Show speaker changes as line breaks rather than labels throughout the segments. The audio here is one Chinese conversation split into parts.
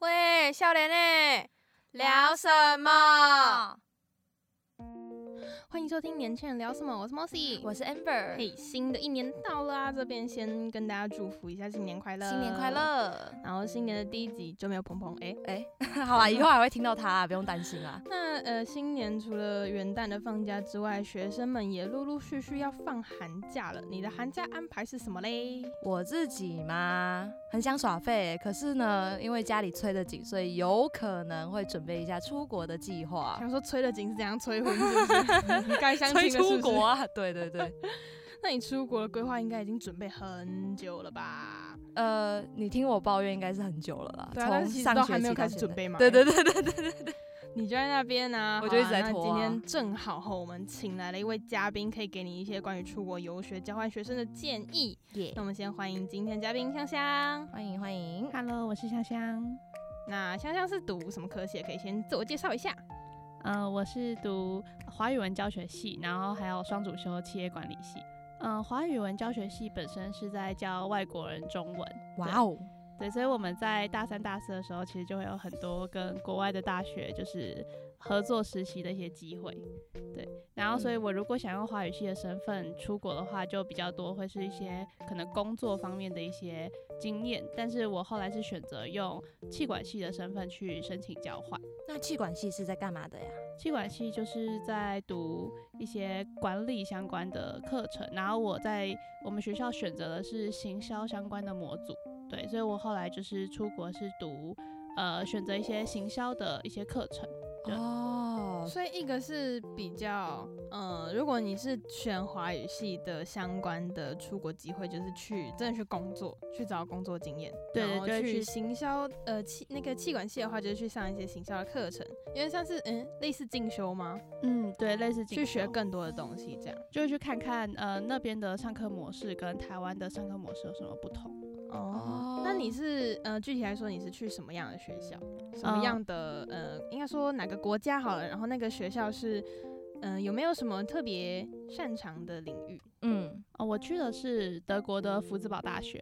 诶，少年诶，聊什么？
欢迎收听《年轻人聊什么》，我是 Mossy，
嗯我是 Amber，
嘿，新的一年到了啊，这边先跟大家祝福一下新年快乐，
新年快！乐！
然后新年的第一集就没有鹏鹏，哎、
诶， 好啦，以后还会听到他啊，不用担心啊。
那呃，新年除了元旦的放假之外，学生们也陆陆续续要放寒假了。你的寒假安排是什么嘞？
我自己嘛，很想耍废，可是呢，因为家里催得紧，所以有可能会准备一下出国的计划。
想说催了紧是怎样催婚，是 不是？该相
催
亲了是不
出
是
国？啊？ 对对对。
那你出国的规划应该已经准备很久了吧？
呃，你听我抱怨应该是很久了啦，
对啊但
哦从
是其实
上
都
学
还没有
期到
开始
现
准
在
备嘛
对对
哎
对对对对。
你就在那边啊，
我就一直
好啦
在
那
拖啊
今天正好和我们请来了一位嘉宾，可以给你一些关于出国游学、交换学生的建议。
耶
那我们先欢迎今天嘉宾香香。
欢迎欢迎。
Hello，我是香香。
那香香是读什么科系的？可以先自我介绍一下。
呃，我是读华语文教学系，然后还有双主修企业管理系。嗯、呃，华语文教学系本身是在教外国人中文，
哇哦，
对，所以我们在大三、大四的时候，其实就会有很多跟国外的大学就是合作实习的一些机会，对。然后，所以我如果想用华语系的身份出国的话，就比较多会是一些可能工作方面的一些经验，但是我后来是选择用气管系的身份去申请交换。
那气管系是在干嘛的呀？
气管系就是在读一些管理相关的课程，然后我在我们学校选择的是行销相关的模组，对，所以我后来就是出国是读，呃，选择一些行销的一些课程，对
哦，
所以一个是比较，呃，如果你是选华语系的相关的出国机会，就是去真的去工作，去找工作经验，
对
然后
对
去
去
行销，呃，气那个气管系的话，就是去上一些行销的课程，因为像是嗯类似进修吗？
嗯，对，类似
去
进
学
修
更多的东西这样。
就是去看看，呃，那边的上课模式跟台湾的上课模式有什么不同。
哦，那你是呃，具体来说，你是去什么样的学校？什么
嗯
样的、呃，应该说哪个国家好了？然后那个学校是，嗯、有没有什么特别擅长的领域？
嗯，
哦，我去的是德国的福兹堡大学，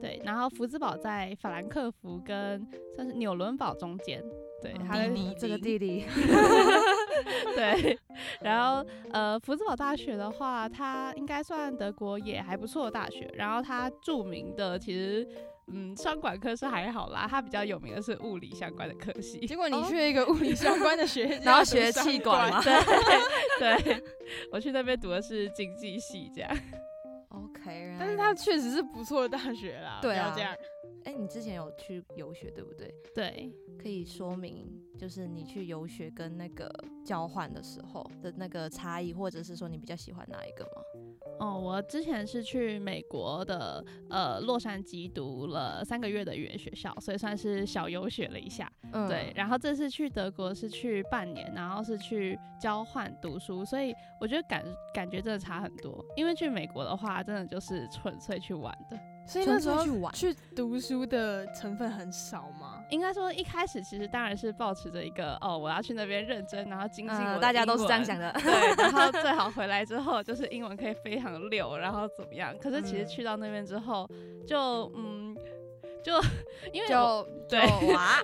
对，然后福兹堡在法兰克福跟算是纽伦堡中间，对，
哦
它的
地理这个地理，
对，然后呃，福兹堡大学的话，它应该算德国也还不错的大学，然后它著名的其实。嗯，商管科是还好啦，它比较有名的是物理相关的科系。
结果你
哦
去了一个物理相关 的学校，
然后学气管嘛
嘛。
对， 对，我去那边读的是经济系，这样。
？OK，
但是它确实是不错的大学啦，
对啊
不要这样。
哎，你之前有去游学对不对？
对，
可以说明就是你去游学跟那个交换的时候的那个差异，或者是说你比较喜欢哪一个吗？
哦，我之前是去美国的呃洛杉矶读了三个月的语言学校，所以算是小游学了一下。
嗯
对，，然后这次去德国是去半年，然后是去交换读书，所以我觉得感感觉真的差很多。因为去美国的话，真的就是纯粹去玩的。
所以那
纯
时
粹
候
去玩，
去读书的成分很少吗？
应该说一开始其实当然是抱持着一个哦，我要去那边认真，然后精进我、
嗯，大家都是这样想。的。
对，然后最好回来之后就是英文可以非常溜，然后怎么样？可是其实
嗯
去到那边之后，就嗯， 就 因为我
就
对
就 哇，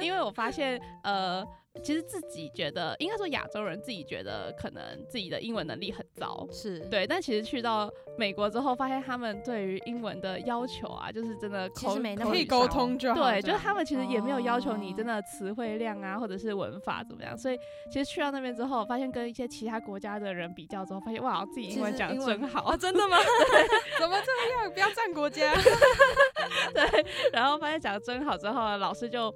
因为我发现呃，其实自己觉得应该说亚洲人自己觉得可能自己的英文能力很糟。
是，
对，但其实去到美国之后，发现他们对于英文的要求啊，就是真的
其
口
实没那么
口
可
语
以
少
沟通就好。
对，就
这
是
样
他们其实也没有要求你
哦
真的词汇量啊，或者是文法怎么样。所以其实去到那边之后，发现跟一些其他国家的人比较之后，发现哇，自己
其
英文
实
讲
英
得
文哦
真好，
真的吗？
怎么这样？不要占 国家。
对。然后发现讲得真好之后，老师就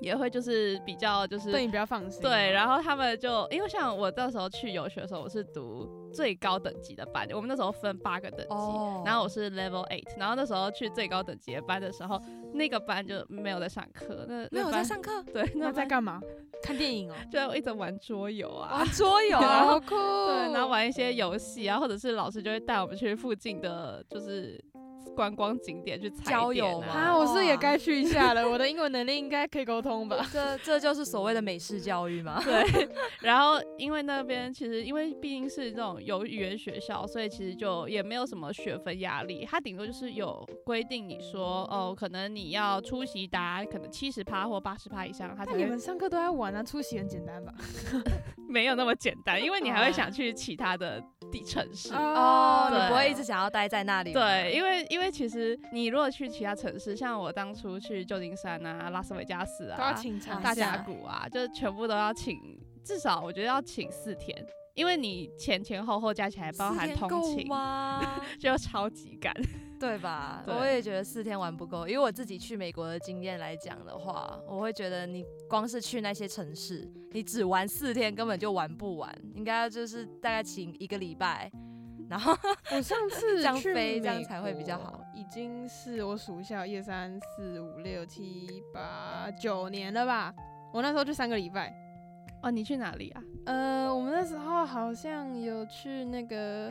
也会就是比较就是
对你比较放心。哦
对，然后他们就因为像我那时候去游学的时候，我是读最高等级的班，我们那时候分八个等级。
哦
然后我是 level eight，然后那时候去最高等级的班的时候，那个班就没有在上课，那
没有
那
在
班
上 课，
对，那
那在
班
干嘛？看电 影哦。
就一直玩桌游啊，
玩桌游，
然 后
好酷。
哦
对，然后玩一些游戏啊，或者是老师就会带我们去附近的，就是观光景点去踩
郊
点
游
啊
吗
啊，我是也
哇
该去一下了，我的英文能力应该可以沟通 吧？
这这就是所谓的美式教育嘛。
对， 然后因为那边其实因为毕竟是那种有语言学校，所以其实就也没有什么学分压力，它顶多就是有规定你说哦，可能你要出席达可能七十趴或八十趴以上，它才
但你
会
们上课都在玩啊，出席很简单吧？
没有那么简单，因为你还
哦
会想去其他的地城市。
哦，你
对
不会一直想要待在那里吗。
对，因为因为其实你如果去其他城市，像我当初去旧金山啊、拉斯维加斯
都要
啊、
请长
大
假
峡谷啊，就是全部都要请，至少我觉得要请四天，因为你前前后后加起来包
四
含
天
通
够
勤，
吗？
就超级 赶。
对吧？
对
我也觉得四天玩不够，因为我自己去美国的经验来讲的话，我会觉得你光是去那些城市，你只玩四天根本就玩不完，应该就是大概请一个礼拜，然后
我上次
这样
去
飞这样
美
才会比较好
国，已经是我数一下，一二三四五六七八九年了吧？我那时候就三个礼拜。
哦，你去哪里啊？
呃，我们那时候好像有去那个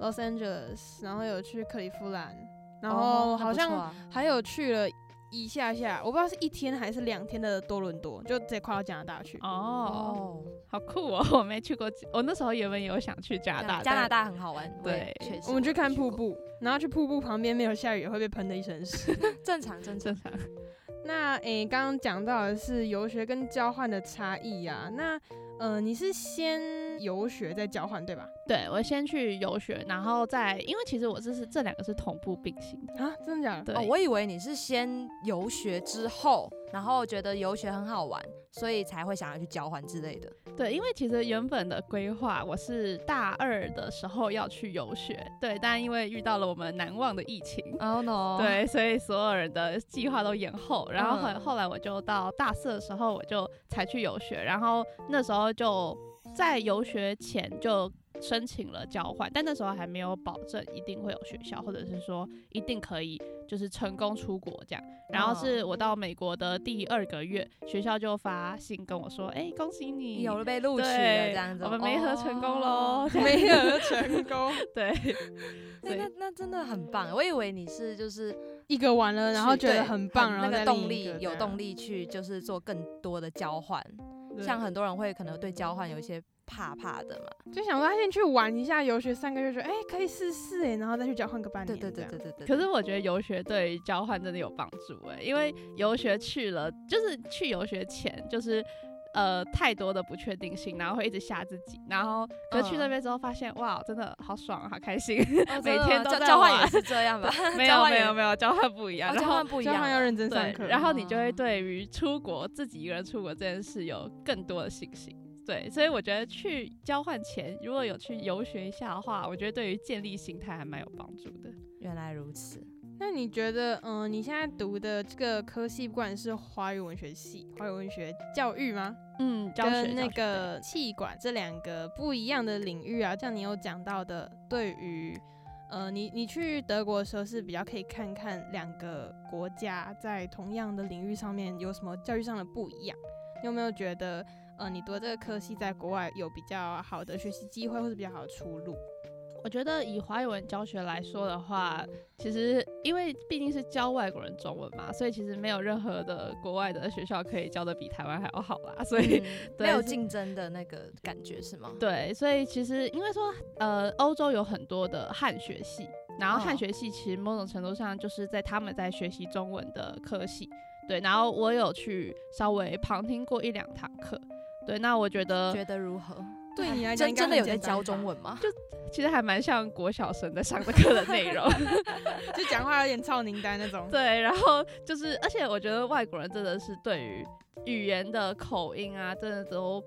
Los Angeles，然后有去克利夫兰，然后
哦那
好
不错
像
啊
还有去了一下下，我不知道是一天还是两天的多伦多，就直接跨到加拿大去。
哦，
哦，
好酷哦！我没去过，我那时候原本有想去加拿大，
加拿
但
大很好玩，我也
对
确实
我们去
也
看
过
瀑，布，然后去瀑布旁边没有下雨也会被喷的一身是。
正常正常
正。常。
那诶，刚刚讲到的是游学跟交换的差异啊。那呃，你是先游学再交换对吧？
对我先去游学，然后再因为其实我这是这两个是同步并行的。
啊，真 的假的？
对，
哦，我以为你是先游学之后，然后觉得游学很好玩，所以才会想要去交换之类的。
对，因为其实原本的规划我是大二的时候要去游学，对，但因为遇到了我们难忘的疫情。
哦 no，，
对，所以所有人的计划都延后，然后后
嗯
后来我就到大四的时候，我就才去游学，然后那时候就在游学前就申请了交换，但那时候还没有保证一定会有学校，或者是说一定可以就是成功出国这样。然后
嗯
是我到美国的第二个月，学校就发信跟我说，哎、恭喜你，
有了被录取了
对
这样子，
我们没合成功喽。
哦
没有成功，
对，
那
对
那那真的很棒，我以为你是就是
一个完了，嗯然后
去
觉得
对
很棒，然后
那
再
个
另
动
一
力
个
有
这
动
样
力去就是做更多的交换，
对
像很多人会可能对交换有一些怕怕的嘛。
就想说他先去玩一下游学三个月，觉得哎、可以试试哎，然后再去交换个半
对
年。
对对对对对。
可
对
是我觉得游学对于交换真的有帮助哎、因为游学去了，就是去游学前就是。呃，太多的不确定性，然后会一直吓自己，然后可是去
嗯
那边之后发现，哇，真的好爽，啊好开 心，
哦真
每
的
天
吗
都
交
在
交换
玩
也是这样吧？
没
交
有
换
没
也
有没有，交换不一样，
哦
然
交
后
换不一
交
样
换要
了
认真上
对
课，，
然后你就会
哦
对于出国自己一个人出国这件事有更多的信心。对，所以我觉得去交换前如果有去游学一下的话，我觉得对于建立心态还蛮有帮助的。
原来如此。
那你觉得，嗯、你现在读的这个科系，不管是华语文学系、华语文学教育吗？
嗯，教学
跟那个气管这两个不一样的领域啊，像你有讲到的，对于呃，你你去德国的时候是比较可以看看两个国家在同样的领域上面有什么教育上的不一样。你有没有觉得，呃，你读的这个科系在国外有比较好的学习机会，或是比较好的出路？
我觉得以华语文教学来说的话，其实因为毕竟是教外国人中文嘛，所以其实没有任何的国外的学校可以教的比台湾还要好啦。所以、
嗯
对
没有
是
竞争的那个感觉是吗？
对，所以其实因为说呃，欧洲有很多的汉学系，然后汉
哦
学系其实某种程度上就是在他们在学习中文的科系。对，然后我有去稍微旁听过一两堂课。对，那我觉得
觉得如何？
对你来
真
讲应该
真的
很
有在
简单
教
吧
中文吗？
其实还蛮像国小生在上的课的内容。
就讲话有点操宁丹那种。
对，然后就是，而且我觉得外国人真的是对于语言的口音啊，真的都。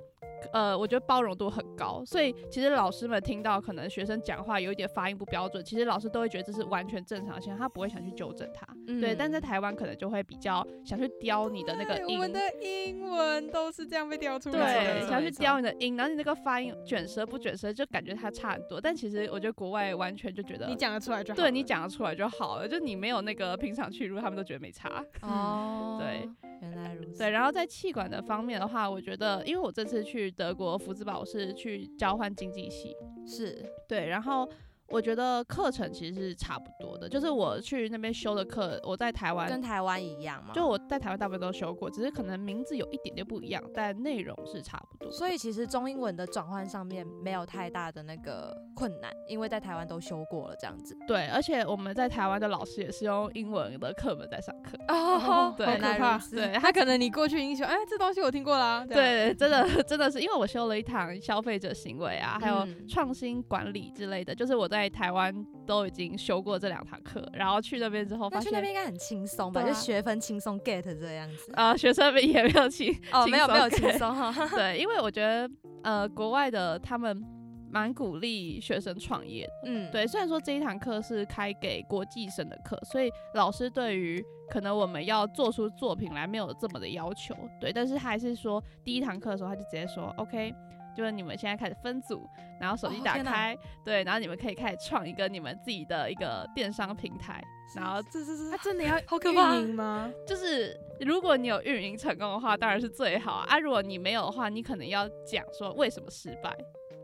呃，我觉得包容度很高，所以其实老师们听到可能学生讲话有一点发音不标准，其实老师都会觉得这是完全正常的现象，他不会想去纠正他。对，但在台湾可能就会比较想去雕你的那个
对
音
我，们的英文都是这样被调出来的。
对，
错
想
没
去
错
雕你的音，然后你那个发音卷舌不卷舌，就感觉它差很多。但其实我觉得国外完全就觉得
你讲得出来就好。
对你，讲得出来就好了，就你没有那个平常去入，他们都觉得没差。
哦，
对，
原来如此。
对，然后在气管的方面的话，我觉得，因为我这次去德国福兹堡是去交换经济系，
是
对，然后我觉得课程其实是差不多的，就是我去那边修的课，我在台湾
跟台湾一样嘛。
就我在台湾大部分都修过，只是可能名字有一点点不一样，但内容是差不多的。
所以其实中英文的转换上面没有太大的那个困难，因为在台湾都修过了这样子。
对，而且我们在台湾的老师也是用英文的课本在上课。
哦
对
原来
好可怕
如此。
对，
哎他可能你过去英雄，哎，这东西我听过
啊
啦。这样，
对，真的真的是因为我修了一堂消费者行为啊，还有
嗯
创新管理之类的，就是我在台湾都已经修过这两堂课，然后去那边之后发
那去那
现
边。应该很轻松吧？
对啊
就学分轻松 get 这样子。
啊、学生们也没 有去
哦，
呃轻
没有没有
松
轻
get
松 哈。
对，因为我觉得呃，国外的他们蛮鼓励学生创业的。
嗯，
对，虽然说这一堂课是开给国际生的课，所以老师对于可能我们要做出作品来没有这么的要求，对，但是他还是说第一堂课的时候他就直接说 OK，就是你们现在开始分组，然后手机
哦
打
天哪
开，对，然后你们可以开始创一个你们自己的一个电商平台，然后
这这
他
这
真的要
好可怕
运营吗？
就是如果你有运营成功的话，当然是最好啊。啊如果你没有的话，你可能要讲说为什么失败。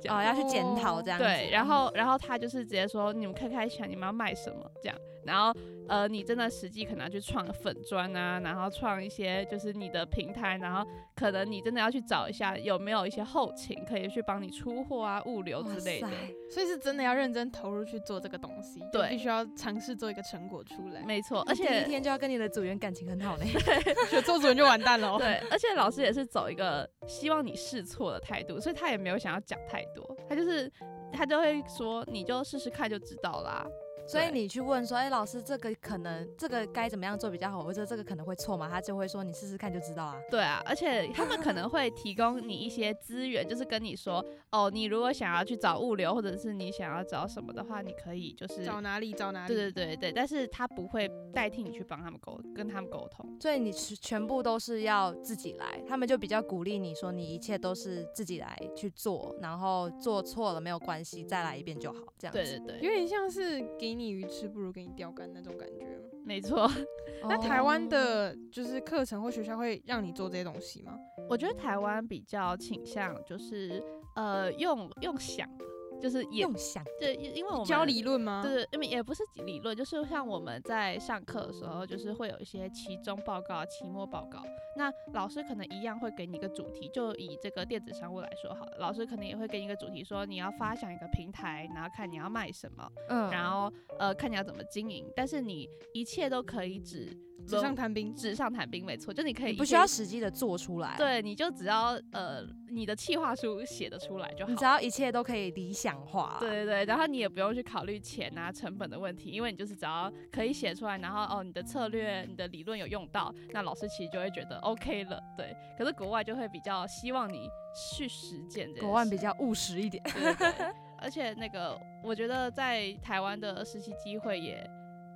这样
哦要去检讨这样子。哦嗯
对，然后然后他就是直接说你们可以开始想你们要卖什么这样，然后呃你真的实际可能要去创粉砖啊，然后创一些就是你的平台，然后可能你真的要去找一下有没有一些后勤可以去帮你出货啊、物流
哇
之类的。
塞
所以是真的要认真投入去做这个东西，就
对
必须要尝试做一个成果出来。
没错，
而
而
且
且
一天就要跟你的组员感情很 好呢。
就做主人就完蛋了。哦
对，而且老师也是走一个希望你试错的态度，所以他也没有想要讲太多，他就是他就会说你就试试看就知道啦。
所以
对
你去问说，哎、老师，这个可能这个该怎么样做比较好，或者这个可能会错吗？他就会说你试试看就知道啊。
对啊，而且他们可能会提供你一些资源，就是跟你说哦，你如果想要去找物流，或者是你想要找什么的话，你可以就是
找哪里找哪里。
对对对对，但是他不会代替你去帮他们沟跟他们沟通。
所以你全全部都是要自己来，他们就比较鼓励你说你一切都是自己来去做，然后做错了没有关系，再来一遍就好，这样子。
对对对，
有点像是给你鱼吃不如给你钓竿那种感觉吗。
没错。
哦
那台湾的就是课程或学校会让你做这些东西吗？
我觉得台湾比较倾向就是呃用用想的，就是也
用想
对，因因为我们
教理论吗？
对，因为也不是理论，就是像我们在上课的时候，就是会有一些期中报告、期末报告。那老师可能一样会给你一个主题，就以这个电子商务来说好了，老师可能也会给你一个主题，说你要发想一个平台，然后看你要卖什么，
嗯
然后呃看你要怎么经营。但是你一切都可以只
纸上
论
谈兵。
纸上谈兵，没错，就你可以
你
一
不需
切
要实际的做出来，，
对，你就只要呃你的企划书写得出来就好
你
了。
只要一切都可以理想化。
对，对对，然后你也不用去考虑钱啊、成本的问题，因为你就是只要可以写出来，然后哦，你的策略、你的理论有用到，那老师其实就会觉得 OK 了。对，可是国外就会比较希望你去实践这件事。
国外比较务实一点。
对对对而且那个，我觉得在台湾的实习机会也，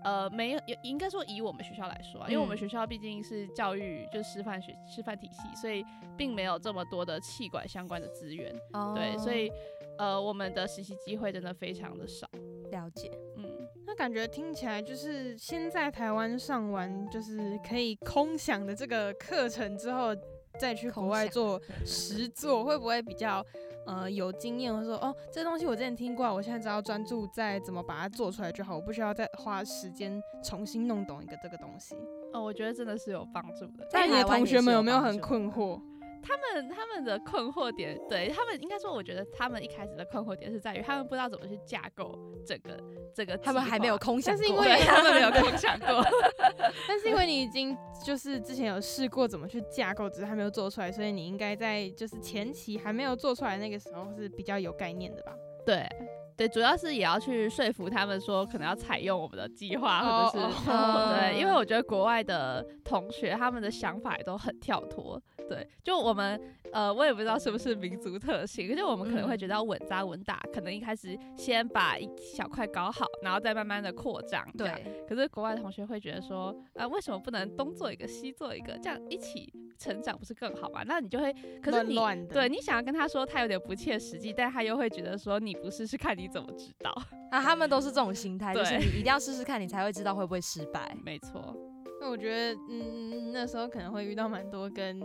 呃，没有，也应该说以我们学校来说啊，因为我
嗯
们学校毕竟是教育，就是师范学师范体系，所以并没有这么多的气管相关的资源。 对，
哦
所以呃，我们的实习机会真的非常的少。
哦了解。
嗯，
那感觉听起来就是先在台湾上完，就是可以空想的这个课程之后，再去国外
空想
做实做，会不会比较呃有经验？或者说哦，这东西我之前听过啊，我现在只要专注在怎么把它做出来就好，我不需要再花时间重新弄懂一个这个东西。
哦，我觉得真的是有帮助 的。
在
那你
台
的
湾
同
也
学
是
们
有
有没有
帮
很
助
困 惑？
他们他们的困惑点，对他们应该说，我觉得他们一开始的困惑点是在于他们不知道怎么去架构整个这个计划，
他们还没有空想
但
过，
是因为
对他们没有空想 过。
但是因为你已经就是之前有试过怎么去架构，只是还没有做出来，所以你应该在就是前期还没有做出来那个时候是比较有概念的吧？
对。对，主要是也要去说服他们说，可能要采用我们的计划，或者是、
哦
对，因为我觉得国外的同学他们的想法也都很跳脱。对，就我们呃，我也不知道是不是民族特性，就我们可能会
嗯
觉得要稳扎稳打，可能一开始先把一小块搞好，然后再慢慢的扩张。这样，
对，
可是国外同学会觉得说，啊、为什么不能东做一个西做一个，这样一起成长不是更好吗？那你就会，可是
乱
你。
乱的，
对，你想要跟他说，他有点不切实际，但他又会觉得说你不试试看你怎么知道？
啊，他们都是这种心态，就是
对
你一定要试试看，你才会知道会不会失败。
没错，
那我觉得嗯，那时候可能会遇到蛮多跟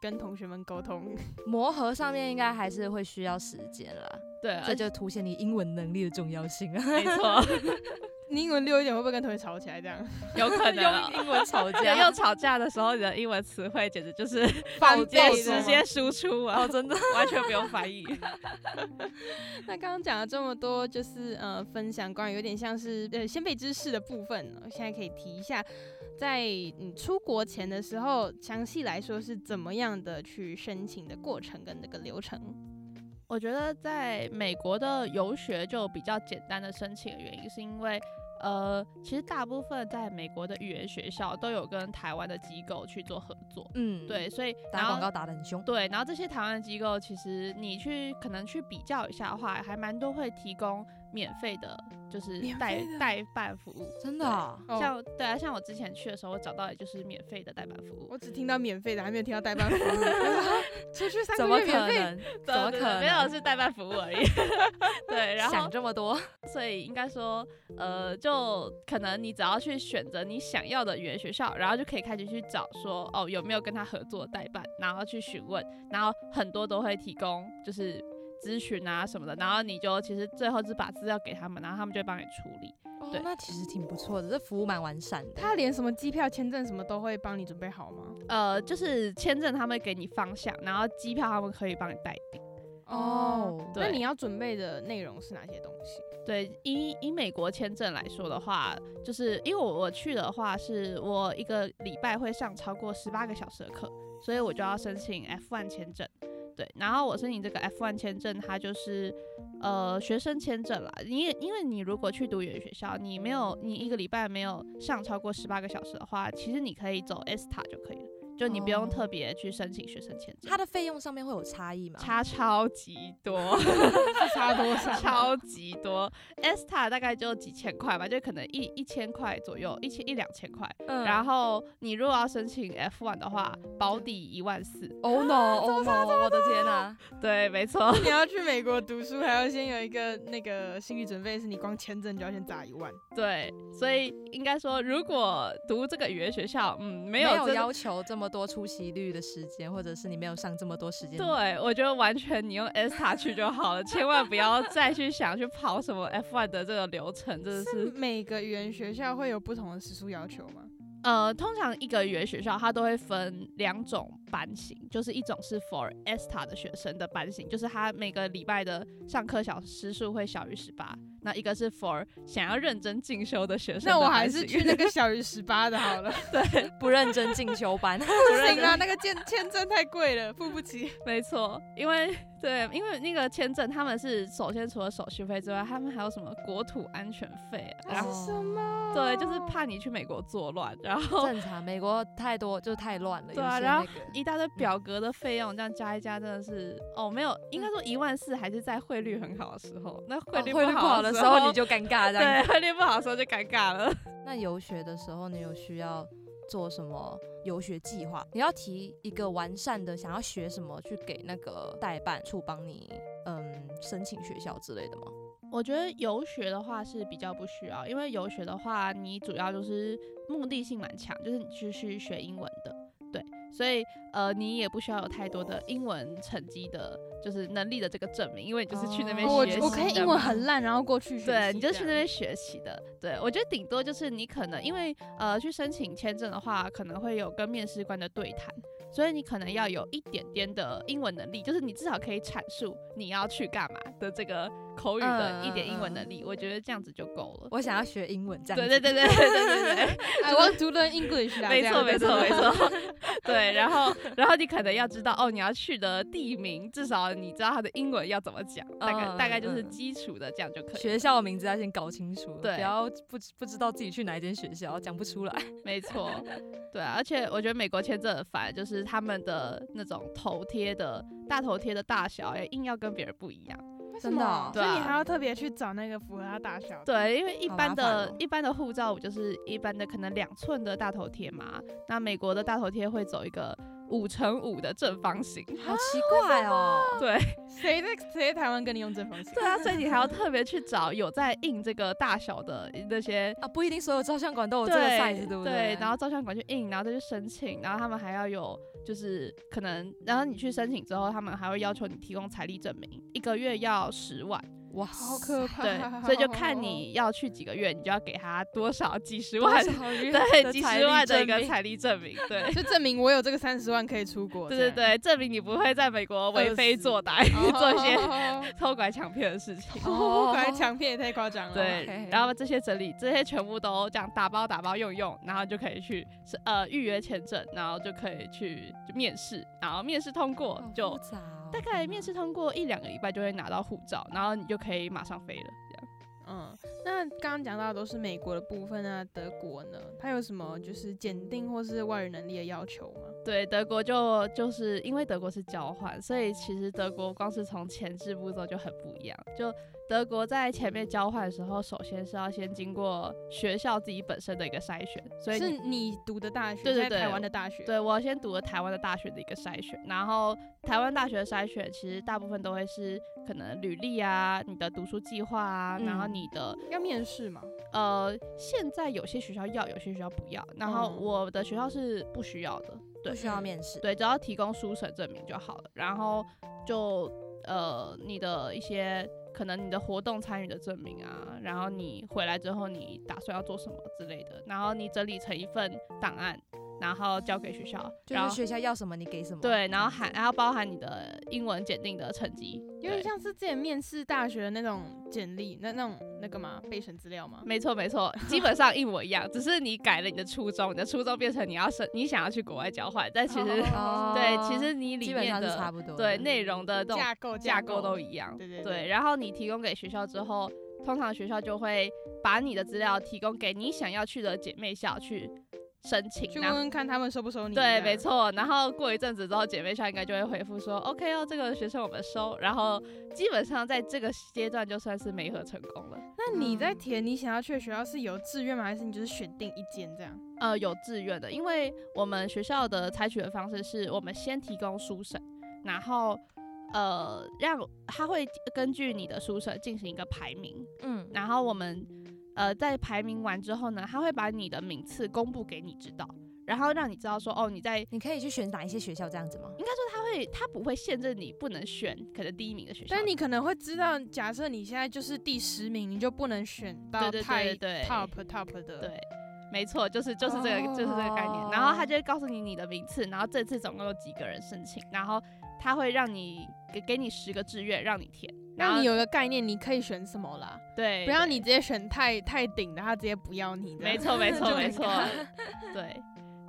跟同学们沟通，
磨合上面应该还是会需要时间啦。
对啊，
这就凸显你英文能力的重要性 啊。
没错，
你英文溜一点会不会跟同学吵起来？这样
有可能 啊
用英文吵
对
架，
要吵架的时候，你的英文词汇简直 就是
翻
直
倍
接
的
直
吗
接输出啊
哦，，真的，
完全不用翻译。
那刚刚讲了这么多，就是呃，分享关于有点像是呃先辈知识的部分，我现在可以提一下，在你出国前的时候，详细来说是怎么样的去申请的过程跟那个流程。
我觉得在美国的游学就比较简单的申请的原因，是因为呃，其实大部分在美国的语言学校都有跟台湾的机构去做合作，
嗯，
对，，所以
打
然后
广告打得很凶，
对，然后这些台湾的机构，其实你去可能去比较一下的话，还蛮多会提供免费的，就是
免
代
费的
代办服务。
真的啊，
像
像对啊，像我之前去的时候，我找到的就是免费的代办服务
我，只听到免费的，还没有听到代办服务我说啊。出去三
怎
个
么
月
可
免费？
能？怎么可
对对对
能？
没有是代办服务 而已。 对，然后
想这么多，
所以应该说，呃，就可能你只要去选择你想要的语言学校，然后就可以开始去找说，哦，有没有跟他合作代办，然后去询问，然后很多都会提供就是咨询啊什么的，然后你就其实最后是把资料给他们，然后他们就会帮你处理。
哦
对，
那其实挺不错的，这服务蛮完善的。
他连什么机票、签证什么都会帮你准备好吗？
呃，就是签证他们会给你方向，然后机票他们可以帮你代订。
哦
那
对
你要准备的内容是哪些东 西？
对，以以美国签证来说的话，就是因为我我去的话，是我一个礼拜会上超过十八个小时的课，所以我就要申请 F1 签证。对，然后我申请这个 F1 签证，它就是呃学生签证啦。因为因为你如果去读语言学校，你没有你一个礼拜没有上超过十八个小时的话，其实你可以走 S 塔就可以了，就你不用
哦
特别去申请学生签证
它。的费用上面会有差异吗？
差超级多，
差多少？
超级多，ESTA 大概就几千块吧，就可能一一千块左右，一千一两千块。
嗯
然后你如果要申请 F1 的话，保底一万四。
，Oh no，Oh no，我的天哪！
对，没错，
你要去美国读书，还要先有一个那个心理准备，是你光签证就要先砸一万。
对，所以应该说，如果读这个语言学校，嗯，没
没
有
有
真的
要求这么多出席率的时间，或者是你没有上这么多时间。
对，我觉得完全你用 ESTA 去就好了，千万不要再去想去跑什么 F1 的这个流程，真的
是
是
每个语言学校会有不同的时数要求吗？
呃，通常一个语言学校它都会分两种班型，就是一种是 for ESTA 的学生的班型，就是他每个礼拜的上课小时数会小于十八；那一个是 for 想要认真进修的学生的
那我还
班型
是去那个小于十八的好 了。
对，
不认真进修 班， 啊
不行啊啦，那个签签证太贵了，付不起。
没错，因为对，因为那个签证他们是首先除了手续费之外，他们还有什么国土安全费啊，然后
哦
是什么？
对，就是怕你去美国作乱，然后
正常。美国太多就太乱了，
对啊
有些
然后
那个
一大堆表格的费用，这样加一加真的是哦，没有，应该说一万四还是在汇率很好的时候，那汇率
哦汇率
不
不好
的
的
时
时
候
候你就尴尬这样
对
子。
汇率不好的时候就尴尬了。
那游学的时候，你有需要做什么游学计划？你要提一个完善的，想要学什么，去给那个代办处帮你嗯申请学校之类的吗？
我觉得游学的话是比较不需要，因为游学的话，你主要就是目的性蛮强，就是你去去学英文的，对，所以呃，你也不需要有太多的英文成绩的，就是能力的这个证明，因为你就是去那边
哦
我
学习
我可以英文很
烂。
烂，然后过去学习这样。
对，你就去那边学习的。对我觉得顶多就是你可能因为呃去申请签证的话，可能会有跟面试官的对谈，所以你可能要有一点点的英文能力，就是你至少可以阐述你要去干嘛的这个口语的
嗯
一点英文
嗯
能力，我觉得这样子就够了。
我想要学英文这样子。
对对对对对对对
，I want to learn English
对，
啦。
哎没错没
这
错
样
没。错， 对，然后然后你可能要知道哦，你要去的地名，至少你知道它的英文要怎么讲，大概大概就
嗯
是
嗯嗯
基础的，这样就可以了。
学校的名字要先搞清楚，
对
不要不知不知道自己去哪一间学校，讲不出来。
没错，对啊，而且我觉得美国签证很烦，就是他们的那种头贴的大头贴的大小，也硬要跟别人不一样。
为什
真的
么
哦？
所以
对啊
你还要特别去找那个符合它大小。。
对，因为一
好
般
麻
的、
烦哦
一般的护照就是一般的可能两寸的大头贴嘛，那美国的大头贴会走一个五乘五的正方形。
好奇怪哦。
对，
谁在谁在台湾跟你用正方形？
对啊，所以你还要特别去找有在印这个大小的那些
啊，不一定所有照相馆哦都有这个 size，
对
对不
对，然
后
后照相馆去印，然后再去申请，然后他们还要有就是可能，然后你去申请之后，他们还会要求你提供财力证明，一个月要十万，
哇，
好可 怕！。
对，所以就看你要去几个月，你就要给他多少几十
多
万，
少月
对，
的
几
财
十
力
万的一
证
个
明
财力证明，对
就证明我有这个三十万可以出国。
对对对，证明你不会在美国为非作歹，
这样，
做一些
些
偷拐抢骗的事 情。
哦，感觉强骗也太夸张了。
嗯
对
OK，
然后这些整理，这些全部都这样打包打包用用，然后就可以去是呃预约签证，然后就可以去就面试，然后面试通过
好
就
复杂哦
大概面试通过一两个礼拜就会拿到护照，然后你就可以马上飞了。这样
嗯，那刚刚讲到的都是美国的部分啊，德国呢，它有什么就是检定或是外语能力的要求吗？
对，德国就就是因为德国是交换，所以其实德国光是从前置步骤就很不一样。就德国在前面交换的时候，首先是要先经过学校自己本身的一个筛选，所以你
是你读的大学，
对对
在台
对
湾的大学，
对我先读了台湾的大学的一个筛选，然后台湾大学的筛选其实大部分都会是可能履历啊、你的读书计划啊，然后
嗯
你的
要面试嘛？
呃，现在有些学校要，有些学校不要，然后
嗯
我的学校是不需要的，对
不需要面试，
对，只要提供书审证明就好了，然后就呃你的一些。可能你的活动参与的证明啊，然后你回来之后你打算要做什么之类的，然后你整理成一份档案，然后交给学校，
就
然
是
后
学校要什么你给什么。
对，然后
这样
还
子
还要包含你的英文检定的成绩，
有点
对。
像是之前面试大学的那种简历，那那种那个嘛备审资料嘛。
没错没错，基本上一模一样，只是你改了你的初衷，你的初衷变成你要是你想要去国外交换，但其实、
哦
对，其实你里
基本
面
上是差
的
不多的。
对内容的这种
架构
架构都一样，
对对对
然后你提供给学校之后，通常学校就会把你的资料提供给你想要去的姐妹校去申请，
去
然
问
后
问看他们收不收你。这
对，
样
没。错。然后过一阵子之后，姐妹校应该就会回复说，OK 哦，这个学生我们收。然后基本上在这个阶段就算是媒合成功了。
那你在
嗯
填你想要去的学校是有志愿吗？还是你就是选定一间这样？
呃，有志愿的，因为我们学校的采取的方式是我们先提供书审，然后呃让他会根据你的书审进行一个排名，
嗯，
然后我们呃在排名完之后呢，他会把你的名次公布给你知道，然后让你知道说哦你在
你可以去选哪一些学校这样子吗？
应该说他会，他不会限制你不能选可能第一名的学校，
但你可能会知道，假设你现在就是第十名，你就不能选到
对对
太
对对
top top 的。
对，没错，就是就是这个、就是这个概念。然后他就会告诉你你的名次，然后这次总共有几个人申请，然后他会让你给给你十个志愿让你填，然
让
后
你有一个概念，你可以选什么啦，
对，
不要
对
你直接选太太顶的，他直接不要你这样。
没 错，没错，
就
没
尴
错
尬，
对。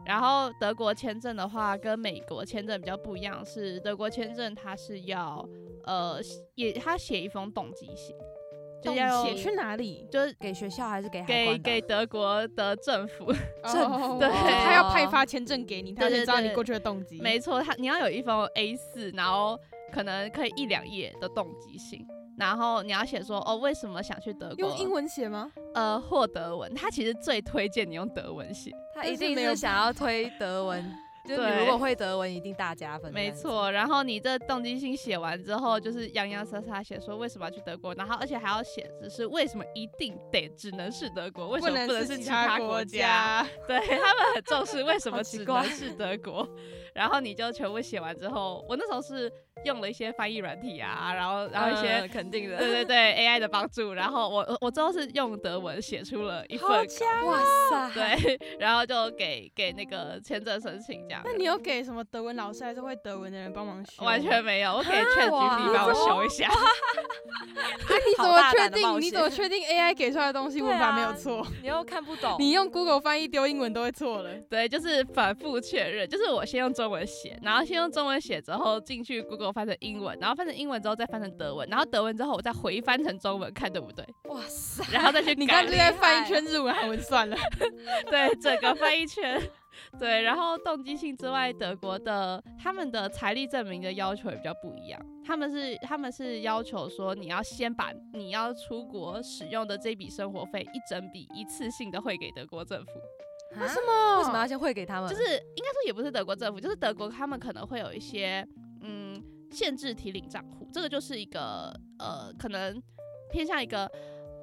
然后德国签证的话，跟美国签证比较不一样，是德国签证它是要呃也他写一封动机信，就
动
要
写去哪里？
就是
给学校还是给海
给
关的啊
给德国的政府，
政
哦
府
对
他要派发签证给你，他要
对对
先知道你
对
过去的动机。
没错，他你要有一封 A 4然后可能可以一两页的动机信，然后你要写说哦为什么想去德国，
用英文写吗？
呃或德文，他其实最推荐你用德文写，
他
但
一
是
定
没有
是想要推德 文，就是你
对
如果会德文，一定大加分。
没，错，然后你这动机信写完之后，就是洋洋洒洒写说为什么要去德国，然后而且还要写只是为什么一定得只能是德国，为什么不能
是
是其他
国
国家？。对他们很重视为什么
好奇
只能
怪
是德国。然后你就全部写完之后，我那时候是用了一些翻译软体啊，然后然后一些、
嗯肯定
对
的。
对对 AI 的帮助，然后我我最后是用德文写出了一份稿。
哦哇塞，
对，然后就给给那个签证申请这样。
那你有给什么德文老师还是会德文的人帮忙修吗？
完全没有，我可以
啊
劝 g
哇
p 帮我修一下。
啊！你怎
好
么
大
确
胆的冒
定？你
险
怎么确定 AI 给出来的东西
对
文法没有
啊
哦
错？
你又看不懂，
你用 Google 翻译丢英文都会错了。
对，就是反复确认，就是我先用中文写，然后先用中文写之后进去 Google 翻成英文，然后翻成英文之后再翻成德文，然后德文之后我再回翻成中文看对不对，
哇塞，
然后再去
你
改
刚刚就在
厉
翻
害
一圈日文韩文算了。
对整个翻译圈。对，然后动机性之外，德国的他们的财力证明的要求也比较不一样。他们是他们是要求说，你要先把你要出国使用的这笔生活费一整笔一次性的汇给德国政府。
为什
么
为什么要先汇给他们？
就是应该说也不是德国政府，就是德国他们可能会有一些嗯限制提领账户，这个就是一个呃可能偏向一个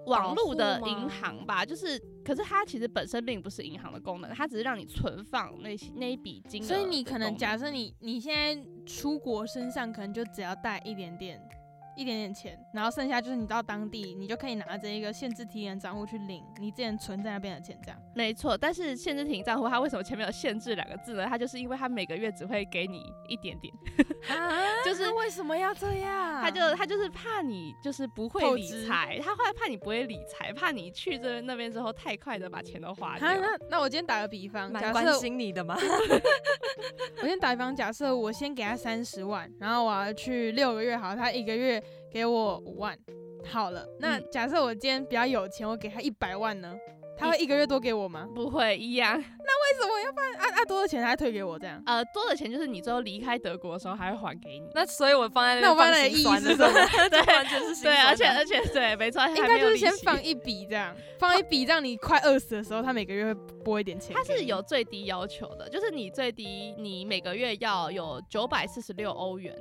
网络的
保护吗
银行吧，就是可是它其实本身并不是银行的功能，它只是让你存放那些那一笔金额的
所
功能，
以你可能假设你你现在出国身上可能就只要带一点点一点点钱，然后剩下就是你到当地你就可以拿着一个限制提领账户去领你之前存在那边的钱，这样。
没错，但是限制停账户它为什么前面有限制两个字呢？它就是因为它每个月只会给你一点点，
啊
就是
为什么要这样
他就他就是怕你就是不会
嗯透
理
支
财，他后来怕你不会理财，怕你去这那边之后太快的把钱都花掉
啊，。那那我今天打个比方，
蛮
假
关
设
心你的嘛。
我先打比方，假设我先给他三十万，然后我要去六个月，好，他一个月给我五万，好了。那
嗯
假设我今天比较有钱，我给他一百万呢，他会一个月多给我吗？
不会一样，
为什么要把按按多的钱他退给我这样？
呃，多的钱就是你最后离开德国的时候还会还给你。
那所以我放在
那我放
放
在
在
的意义是
什么？
对
完全是心
对，
酸
而且
的
而且对，没错，
应
还
该
没有
就是
利息
先放一笔这 样，放一笔让你快饿死的时候，他每个月会拨一点钱给
它
你。
是有最低要求的，就是你最低你每个月要有九百四十六欧元，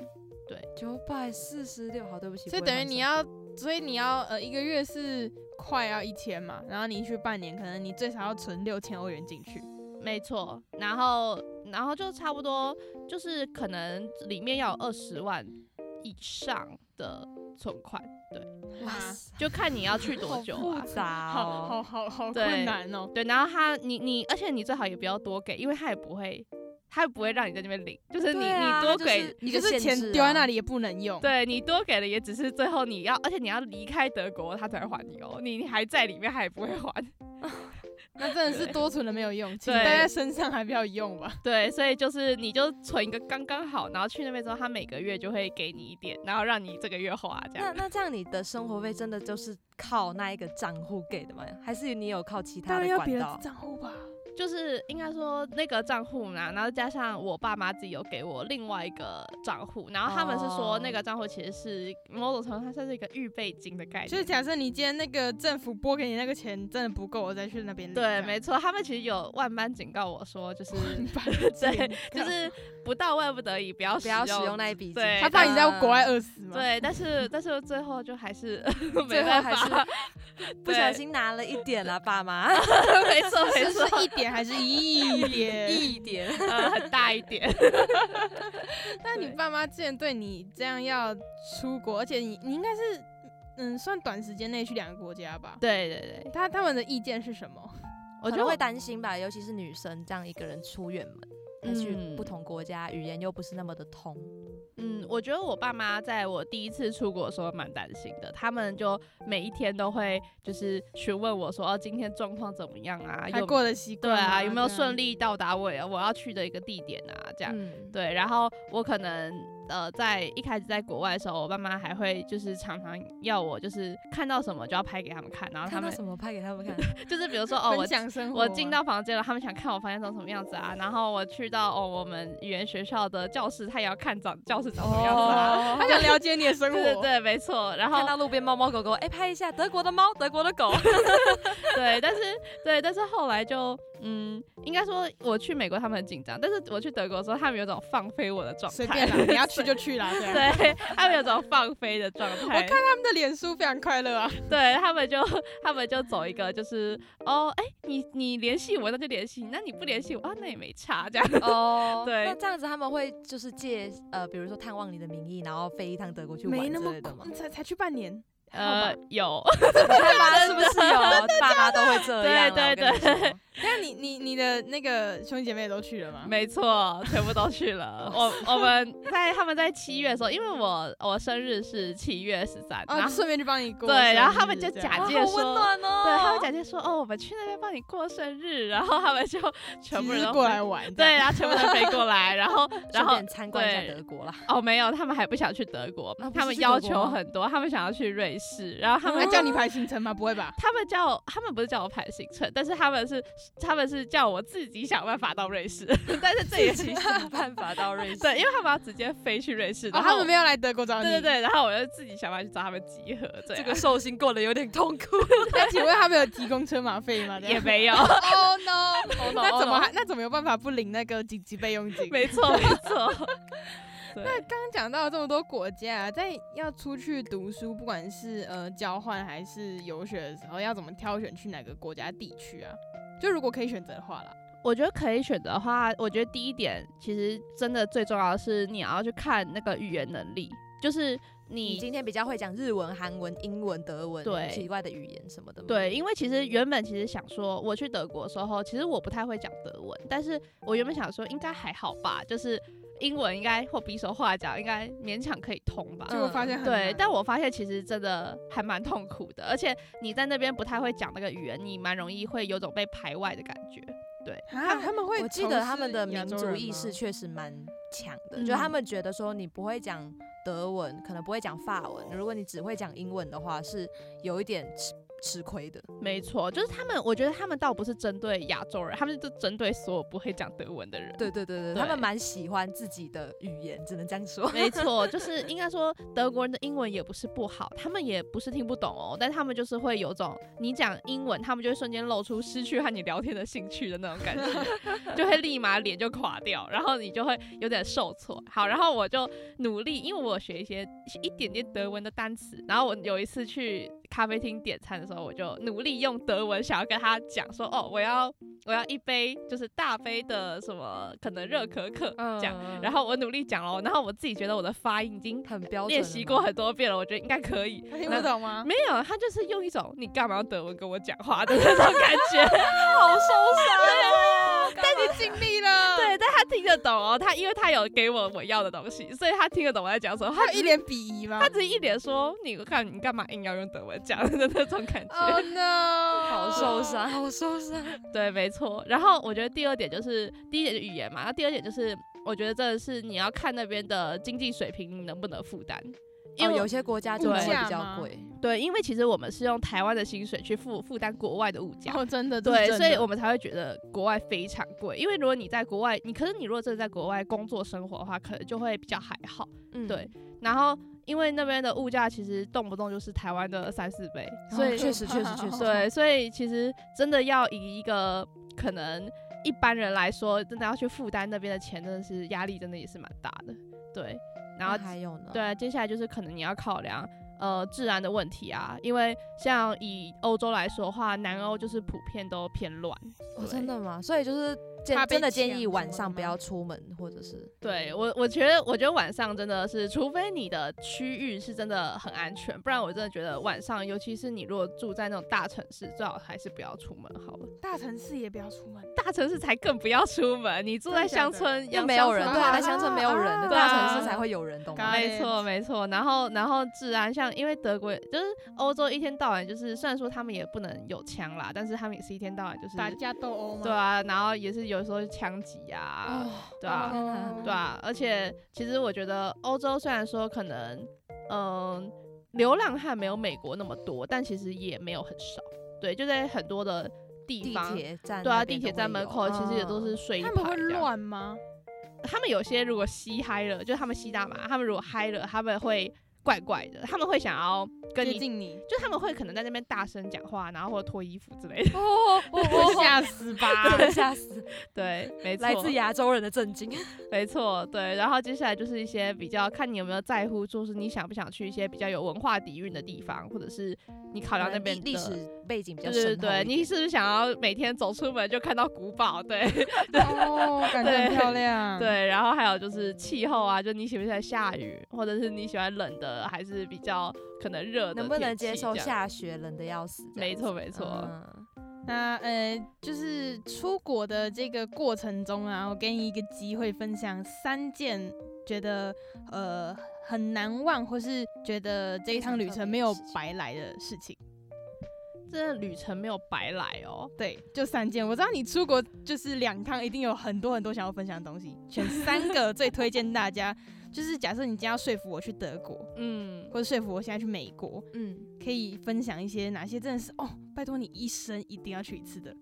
九百四十六，好，对不起，
所以
不会
等于
换
你
算
要，所以你要呃一个月是快要一千嘛，然后你去半年，可能你最少要存六千欧元进去。
没错。然后然后就差不多就是可能里面要有二十万以上的存款，
哇，
塞
就看你要去多久啊。
复杂
好
哦，
好好好
对
困难哦。
对，然后他你你，而且你最好也不要多给，因为他也不会，他也不会让你在那边领，就是你、
对啊
你多
就
给，
是
你
一
就
个
是
限
钱
制
丢在
啊
那里也不能用。
对你多给了也只是最后你要，而且你要离开德国他才会还你哦，你你还在里面他也不会还，
那真的是多存了没有用，请
对
带在身上还比较有用吧。
对，所以就是你就存一个刚刚好，然后去那边之后他每个月就会给你一点，然后让你这个月花这
那
样。
那这样你的生活费真的就是靠那一个账户给的吗？还是你有靠其他
当然
的
要
管
别
道
的？账户吧。
就是应该说那个账户呢，然后加上我爸妈自己有给我另外一个账户，然后他们是说
哦
那个账户其实是某种程度它算是一个预备金的概念，
就是假设你今天那个政府拨给你那个钱真的不够，我再去那边领这
对，
样。
没错，他们
嗯
其实有万般警告我 说，就是对
对，
就是不到万不得已不要
不要使用嗯那一笔金，
对嗯
他怕你在国外。饿死嘛。，
对，但是但是最后就还是 没
最后
办
还是
法，
不小心拿了一点啦，爸妈
没错没
就
错，
是一点还是一 点？
一点，
呃，很大一点。
那你爸妈之前对你这样要出国，而且你你应该是嗯算短时间内去两个国家吧？
对对对，
他他们的意见是什么？
我
可
觉得
能
我
会担心吧，尤其是女生这样一个人出远门，再去不
嗯
同国家，语言又不是那么的通，
嗯，我觉得我爸妈在我第一次出国的时候蛮担心的，他们就每一天都会就是询问我说，哦，今天状况怎么样啊？
还
有
过得习
对
惯吗？
啊，有没有
这样
顺？利到达我我要去的一个地点啊？这样。
嗯，
对，然后我可能呃，在一开始在国外的时候，我爸妈还会就是常常要我就是看到什么就要拍给他们看，然后他
看到
们
什么拍给他们 看，
就是比如说哦，我
分享生活啊。
我进到房间了，他们想看我房间长什么样子啊，然后我去到哦我们语言学校的教室，他也要看长教室长什么样子啊，
哦
他想了解你的生活。
对对对，没错，然后
看到路边猫猫狗狗，哎、拍一下德国的猫，德国的狗，
对，但是对，但是后来就嗯，应该说我去美国他们很紧张，但是我去德国的时候，他们有种放飞我的状
随
态
便，啦，你要去就去啦。对啊，
对他们有种放飞的状态，
他们的脸书非常快乐啊。
对他们就他们就走一个就是哦，哎、你你联系我那就联系你，那你不联系我啊，那也没差 这样。
哦，
对
那这样子他们会就是借呃，比如说探望你的名义，然后飞一趟德国去玩之类的吗？
才才去半年。
呃，有，
爸妈是不是有？爸妈都会这样啊啦。
对对
对，
那你你你的那个兄弟姐妹都去了吗？
没错，全部都去 了。我我们在他们在七月的时候，因为我我生日是七月十三、
哦
然
啊，
后
顺便去帮你过生日
对，
这样。
然后他们就 假
哇
借
好温
说。
暖哦。
对他们假借说哦，我们去那边帮你过生日，然后他们 就全部人
只是
都
过
飞
来玩。
对，，然后全部人飞过来，然后然
顺
后
便参观一
对
下德国啦。
哦，没有，他们还不想去德国，
啊不
他
是
们
去
要
德国
求
吗啊
很多，他们想要去瑞回事，然后他
他
们
叫你排行程吗？不会吧？
他们叫我他们不是叫我排行程，但是他们是他们是叫我自己想办法到瑞士， 但是这也
自己想办法到瑞士。
对，因为他们要直接飞去瑞士，
哦，
然后
他们没有来德国找你。
对对。对，然后我就自己想办法去找他们集合，啊
这
这样
个寿星过得有点痛苦。
那请问他们有提供车马费吗？
也没有，
Oh no！那
哦
怎么
还？
还那怎么有办法不领那个紧急备用金？
没错没错。 对，
刚讲到这么多国家、啊，在要出去读书，不管是呃交换还是游学的时候，要怎么挑选去哪个国家地区啊？就如果可以选择的话啦，
我觉得可以选择的话，我觉得第一点其实真的最重要的是你要去看那个语言能力，就是
你
你
今天比较会讲日文、韩文、英文、德文，
对
奇怪的语言什么的吗。
对，因为其实原本其实想说，我去德国的时候，其实我不太会讲德文，但是我原本想说应该还好吧，就是英文应该或比手画脚应该勉强可以通吧。
结果发现很
对
难，啊
但我发现其实真的还蛮痛苦的，而且你在那边不太会讲那个语言，你蛮容易会有种被排外的感觉。对，
啊，他们会
我记
仇
得
视
他们的
亚
民
洲
族
人
意
吗
识确实蛮强的，
嗯
就他们觉得说你不会讲德文，可能不会讲法文，如果你只会讲英文的话，是有一点吃吃亏的。
没错，就是他们，我觉得他们倒不是针对亚洲人，他们就针对所有不会讲德文的人。
对对对对，
对
他们蛮喜欢自己的语言，只能这样 说。
没错，就是应该说德国人的英文也不是不好，他们也不是听不懂哦，但他们就是会有种你讲英文，他们就会瞬间露出失去和你聊天的兴趣的那种感觉，就会立马脸就垮掉，然后你就会有点受挫。好，然后我就努力，因为我有学一些一点点德文的单词，然后我有一次去咖啡厅点餐的时候，我就努力用德文想要跟他讲说，哦，我要我要一杯就是大杯的什么可能热可可这样。
嗯
然后我努力讲了，然后我自己觉得我的发音已经
很标准，
练习过。很多遍了，我觉得应该可 以。
他听不懂吗？
没有，他就是用一种你干嘛用德文跟我讲话的那种感觉，好受伤、
但你尽力了，
对，但他听得懂哦，他因为他有给我我要的东西，所以他听得懂我在讲什么。
他
他
有一脸鄙夷吗
他只是一脸说你干你干嘛硬要用德文讲的那种 感觉。
？Oh no！
好受伤，好受伤。
哦对，没错。然后我觉得第二点就是第一点是语言嘛，那第二点就是我觉得真的是你要看那边的经济水平你能不能负担，因
因
为
为
我、
哦有些国家真的会
对
比
物价
较
吗
贵，
对，因为其实我们是用台湾的薪水去负负担国外的物价。
哦，真的，这是
对，
真
所以
的
我们才会觉得国外非常贵，因为如果你在国外，你可是你如果真的在国外工作生活的话，可能就会比较还好。
嗯
对，然后因为那边的物价其实动不动就是台湾的三四倍，所
所
以
以哦确实确实
哦
确实，
对，所以其实真的要以一个可能一般人来说，真的要去负担那边的钱，真的是压力真的也是蛮大的。对，然后
那还有呢，，
对，接下来就是可能你要考量呃治安的问题啊，因为像以欧洲来说的话，南欧就是普遍都偏乱。
哦，
对
真的吗？所以就是
怕
建
被
真的建
抢
议
什
晚
么的
上不
吗
要出门，或者是
对我，我觉得，我觉得晚上真的是，除非你的区域是真的很安全，不然我真的觉得晚上，尤其是你如果住在那种大城市，最好还是不要出门好了。
大城市也不要出门。
大城市才更不要出门，你住在
真的假
乡
的
村
又
要
没有
乡
人，
村
对
化
啊，
化
在乡村没有人的
对
大城
啊
市才会有人，懂吗？
Got
没错，
it
没错。然后，然后治安像，因为德国就是欧洲一天到晚就是，虽然说他们也不能有枪啦，但是他们也是一天到晚就是，
打架斗殴吗？
对啊，然后也是有时候枪击啊，
哦
对啊，
哦
对啊。而且其实我觉得欧洲虽然说可能，嗯、流浪汉没有美国那么多，但其实也没有很少。对，就在很多的地
地
方，
铁站
对
那
啊，
边
地铁
都
站
会
门
有
口其实也都 是
嗯
睡一
他们
排
会
这样
乱吗？
他们有些如果吸嗨了，就是他们吸大麻，他们如果嗨了，他们会怪怪的，他们会想要跟
接
你，
近你，
就他们会可能在那边大声讲话，然后或者脱衣服之类的。
哦，我我
吓死吧！
真的 吓死，
对，没错，
来自亚洲人的震 惊。
没错，对。然后接下来就是一些比较看你有没有在乎，就是你想不想去一些比较有文化底蕴的地方，或者是你考量那边
历历
的
史背景比较
对
深厚一
对对，
点，
你是不是想要每天走出门就看到古堡？对，
哦，感觉很漂
嗯
亮。，
对，然后还有就是气候啊，就你喜不喜欢下雨，或者是你喜欢冷的，还是比较可能热的？
能不能接受？下雪冷的要死？这样
没
子
错没错
嗯
那呃，就是出国的这个过程中啊，我给你一个机会，分享三件觉得呃很难忘，或是觉得这一趟旅程没有白来的事情。
这旅程没有白来哦。
对，就三件。我知道你出国就是两趟，一定有很多很多想要分享的东西。选三个最推荐大家，就是假设你今天要说服我去德国，
嗯，
或者说服我现在去美国，
嗯，
可以分享一些哪些真的是哦，拜托你一生一定要去一次的。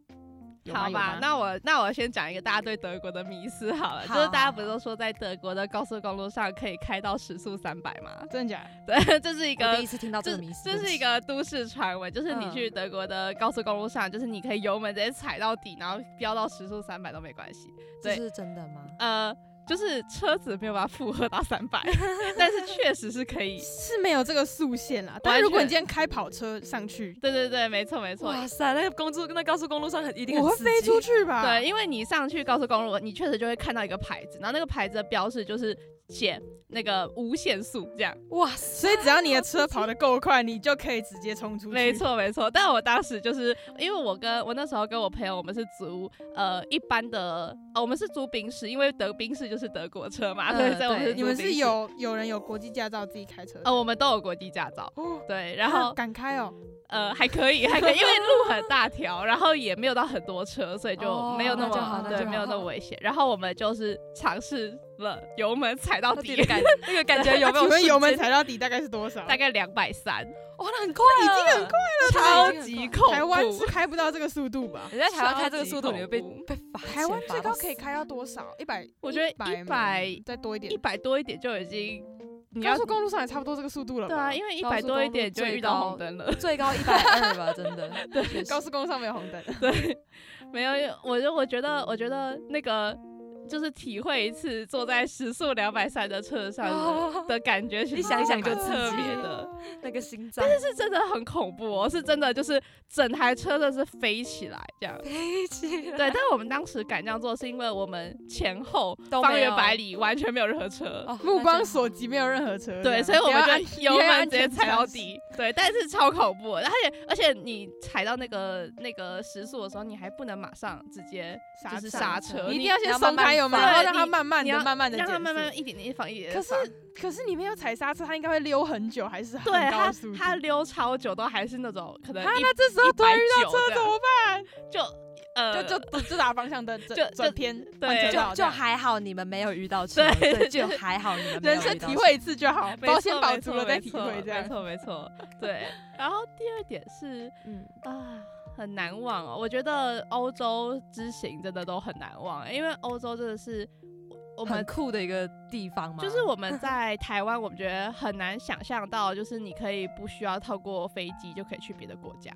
有吗
好吧，
有吗
那我那我先讲一个大家对德国的迷思好了，
好
就是大家不是都说在德国的高速公路上可以开到时速三百吗？
真的假的？
对，这是一
我
个
第一次听到这
这
个名词，
这是一个都市传闻，就是你
嗯
去德国的高速公路上，就是你可以油门直接踩到底，然后飙到时速三百都没关系。
这
对
是真的吗？
呃，就是车子没有办法负荷到三百， 但是确实是可以。
是没有这个速限啦。但如果
完全
你今天开跑车上去，
对对对，没错没错。
哇塞，那个公路那高速公路上很一定
我
很
会
刺
飞
激
出去吧？
对，，因为你上去高速公路，你确实就会看到一个牌子，然后那个牌子的标示就是写那个无限速这样。
哇塞，
所以只要你的车跑得够快，你就可以直接冲出去。
没，错没错，但我当时就是因为我跟我那时候跟我朋友，我们是租呃一般的、哦，我们是租宾士，因为德宾士就是德国车嘛，
嗯
对，所以我们
对
是租
你们
宾
是
士
有有人有国际驾照自己开车的？
呃，我们都有国际驾照，
哦，
对， 然
啊
后
敢开 哦，
呃还可以还可以，因为路很大条，然后也没有到很多车，所以就
哦
没有那
那
么、
就好那
对
就
没有那么
好
危险。然后我们就是尝试了油门踩到
到底
底
的，感那个感觉有没
那
有瞬
请问
间？
油门踩到底大概是多少？
大概两百三，
哇，那很快，
已经很
快
超
了
级恐怖。
台湾是开不到这个速度吧？
你在台湾开这个
超级
速度，你会被
恐怖
被罚钱。
台湾最
罚到
高可以
死
开到多少？一百？
我觉得
100
一百
再多一点
一。百多一点就已经，你要
高速公路上也差不多这个速度了吧。
对啊，因为一
高
百
速
多
公
一
路
点就
最
遇到
高
红灯了。
最高一百二吧，真的。 对
高速公路上没有红灯。
哦没有，我就我觉得，我觉得那个就是体会一次坐在时速两百三的车 上的,、
啊
的感觉，其
一
实
想一想
蛮
就刺
特
激
别的，
那个心脏
但是 真的很恐怖哦，是真的就是整台车都是飞起来这 样。
飞起来。
对，但我们当时敢这样做，是因为我们前后
都
方
没
圆
有
百里完全没有任何车。
哦
目光，
那
所及，没有任何车。
对，啊
这
所以
样
我们
不要按
就油
不要
门
按
直接
全
踩到
车
底，对，但是超恐怖的，而且而且你踩到那个那个时速的时候，你还不能马上直接
刹
就是
车
刹车，
你一定
你
要
你
先
要
松
慢慢
开油门，
放
然后
对
让它
你
慢慢
你
的、
要
慢慢的
让它
减
慢
速
慢一点点放，一点
可
点
是
放。
可是你没有踩刹车，它应该会溜很久，还是很
对
高
他
的速，度。
他溜超久都还是那种可能
啊
一
那这时候突然遇到
190
车
这
怎
样
么
就呃
办？就就就打方向灯，就
就
转偏，换
对
车
这样就
道这
就
样
还好你们没有遇到车，
对
对，就还好你们没有
人
遇到
生
车
体会一次就好，
没
保
错
险
没
保足
错
了再
没
体
错
会这
没
样。
错没错， 对。然后第二点是
嗯，
啊，很难忘哦。我觉得欧洲之行真的都很难忘，欸因为欧洲真的是我我
很
们
酷的一个地方嘛，
就是我 们在台湾，我们觉得很难想象到，就是你可以不需要透过飞机就可以去别的国家。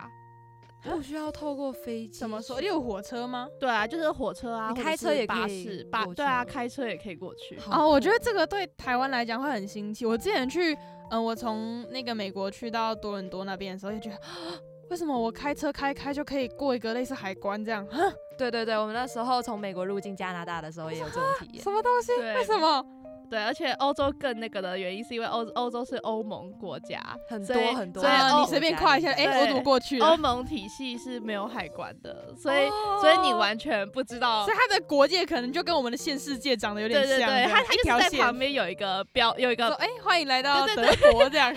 不需要透过飞机，
怎么说？有火车吗？
对啊，就是火车啊，
你
或者
开
是
车也
巴
可以
士巴
过
对啊，
去
开车也可以过去。
好
哦，我觉
酷
得这个对台湾来讲会很新奇。我之前去，嗯、我从那个美国去到多伦多那边的时候，就觉得， 啊为什么我开车开开就可以过一个类似海关这样？ 啊
对对对，我们那时候从美国入境加拿大的时候也有这种体验，
什么东西？
对
为什么？
对，而且欧洲更那个的原因是因为欧欧洲是欧盟国家，
很
所
多
以
很多
所以
啊，
欧
你随便跨一下，哎、
对哦
我怎么过去
欧
了？
盟体系是没有海关的，所以、所以你完全不知道
所以。它的国界可能就跟我们的县世界长得有点
对
像
对
这样，
对，它它
一
就
条
是在
线。
旁边有一个标，有一
说
哦
个
欸
哎、欢迎来到
对
德国 这样，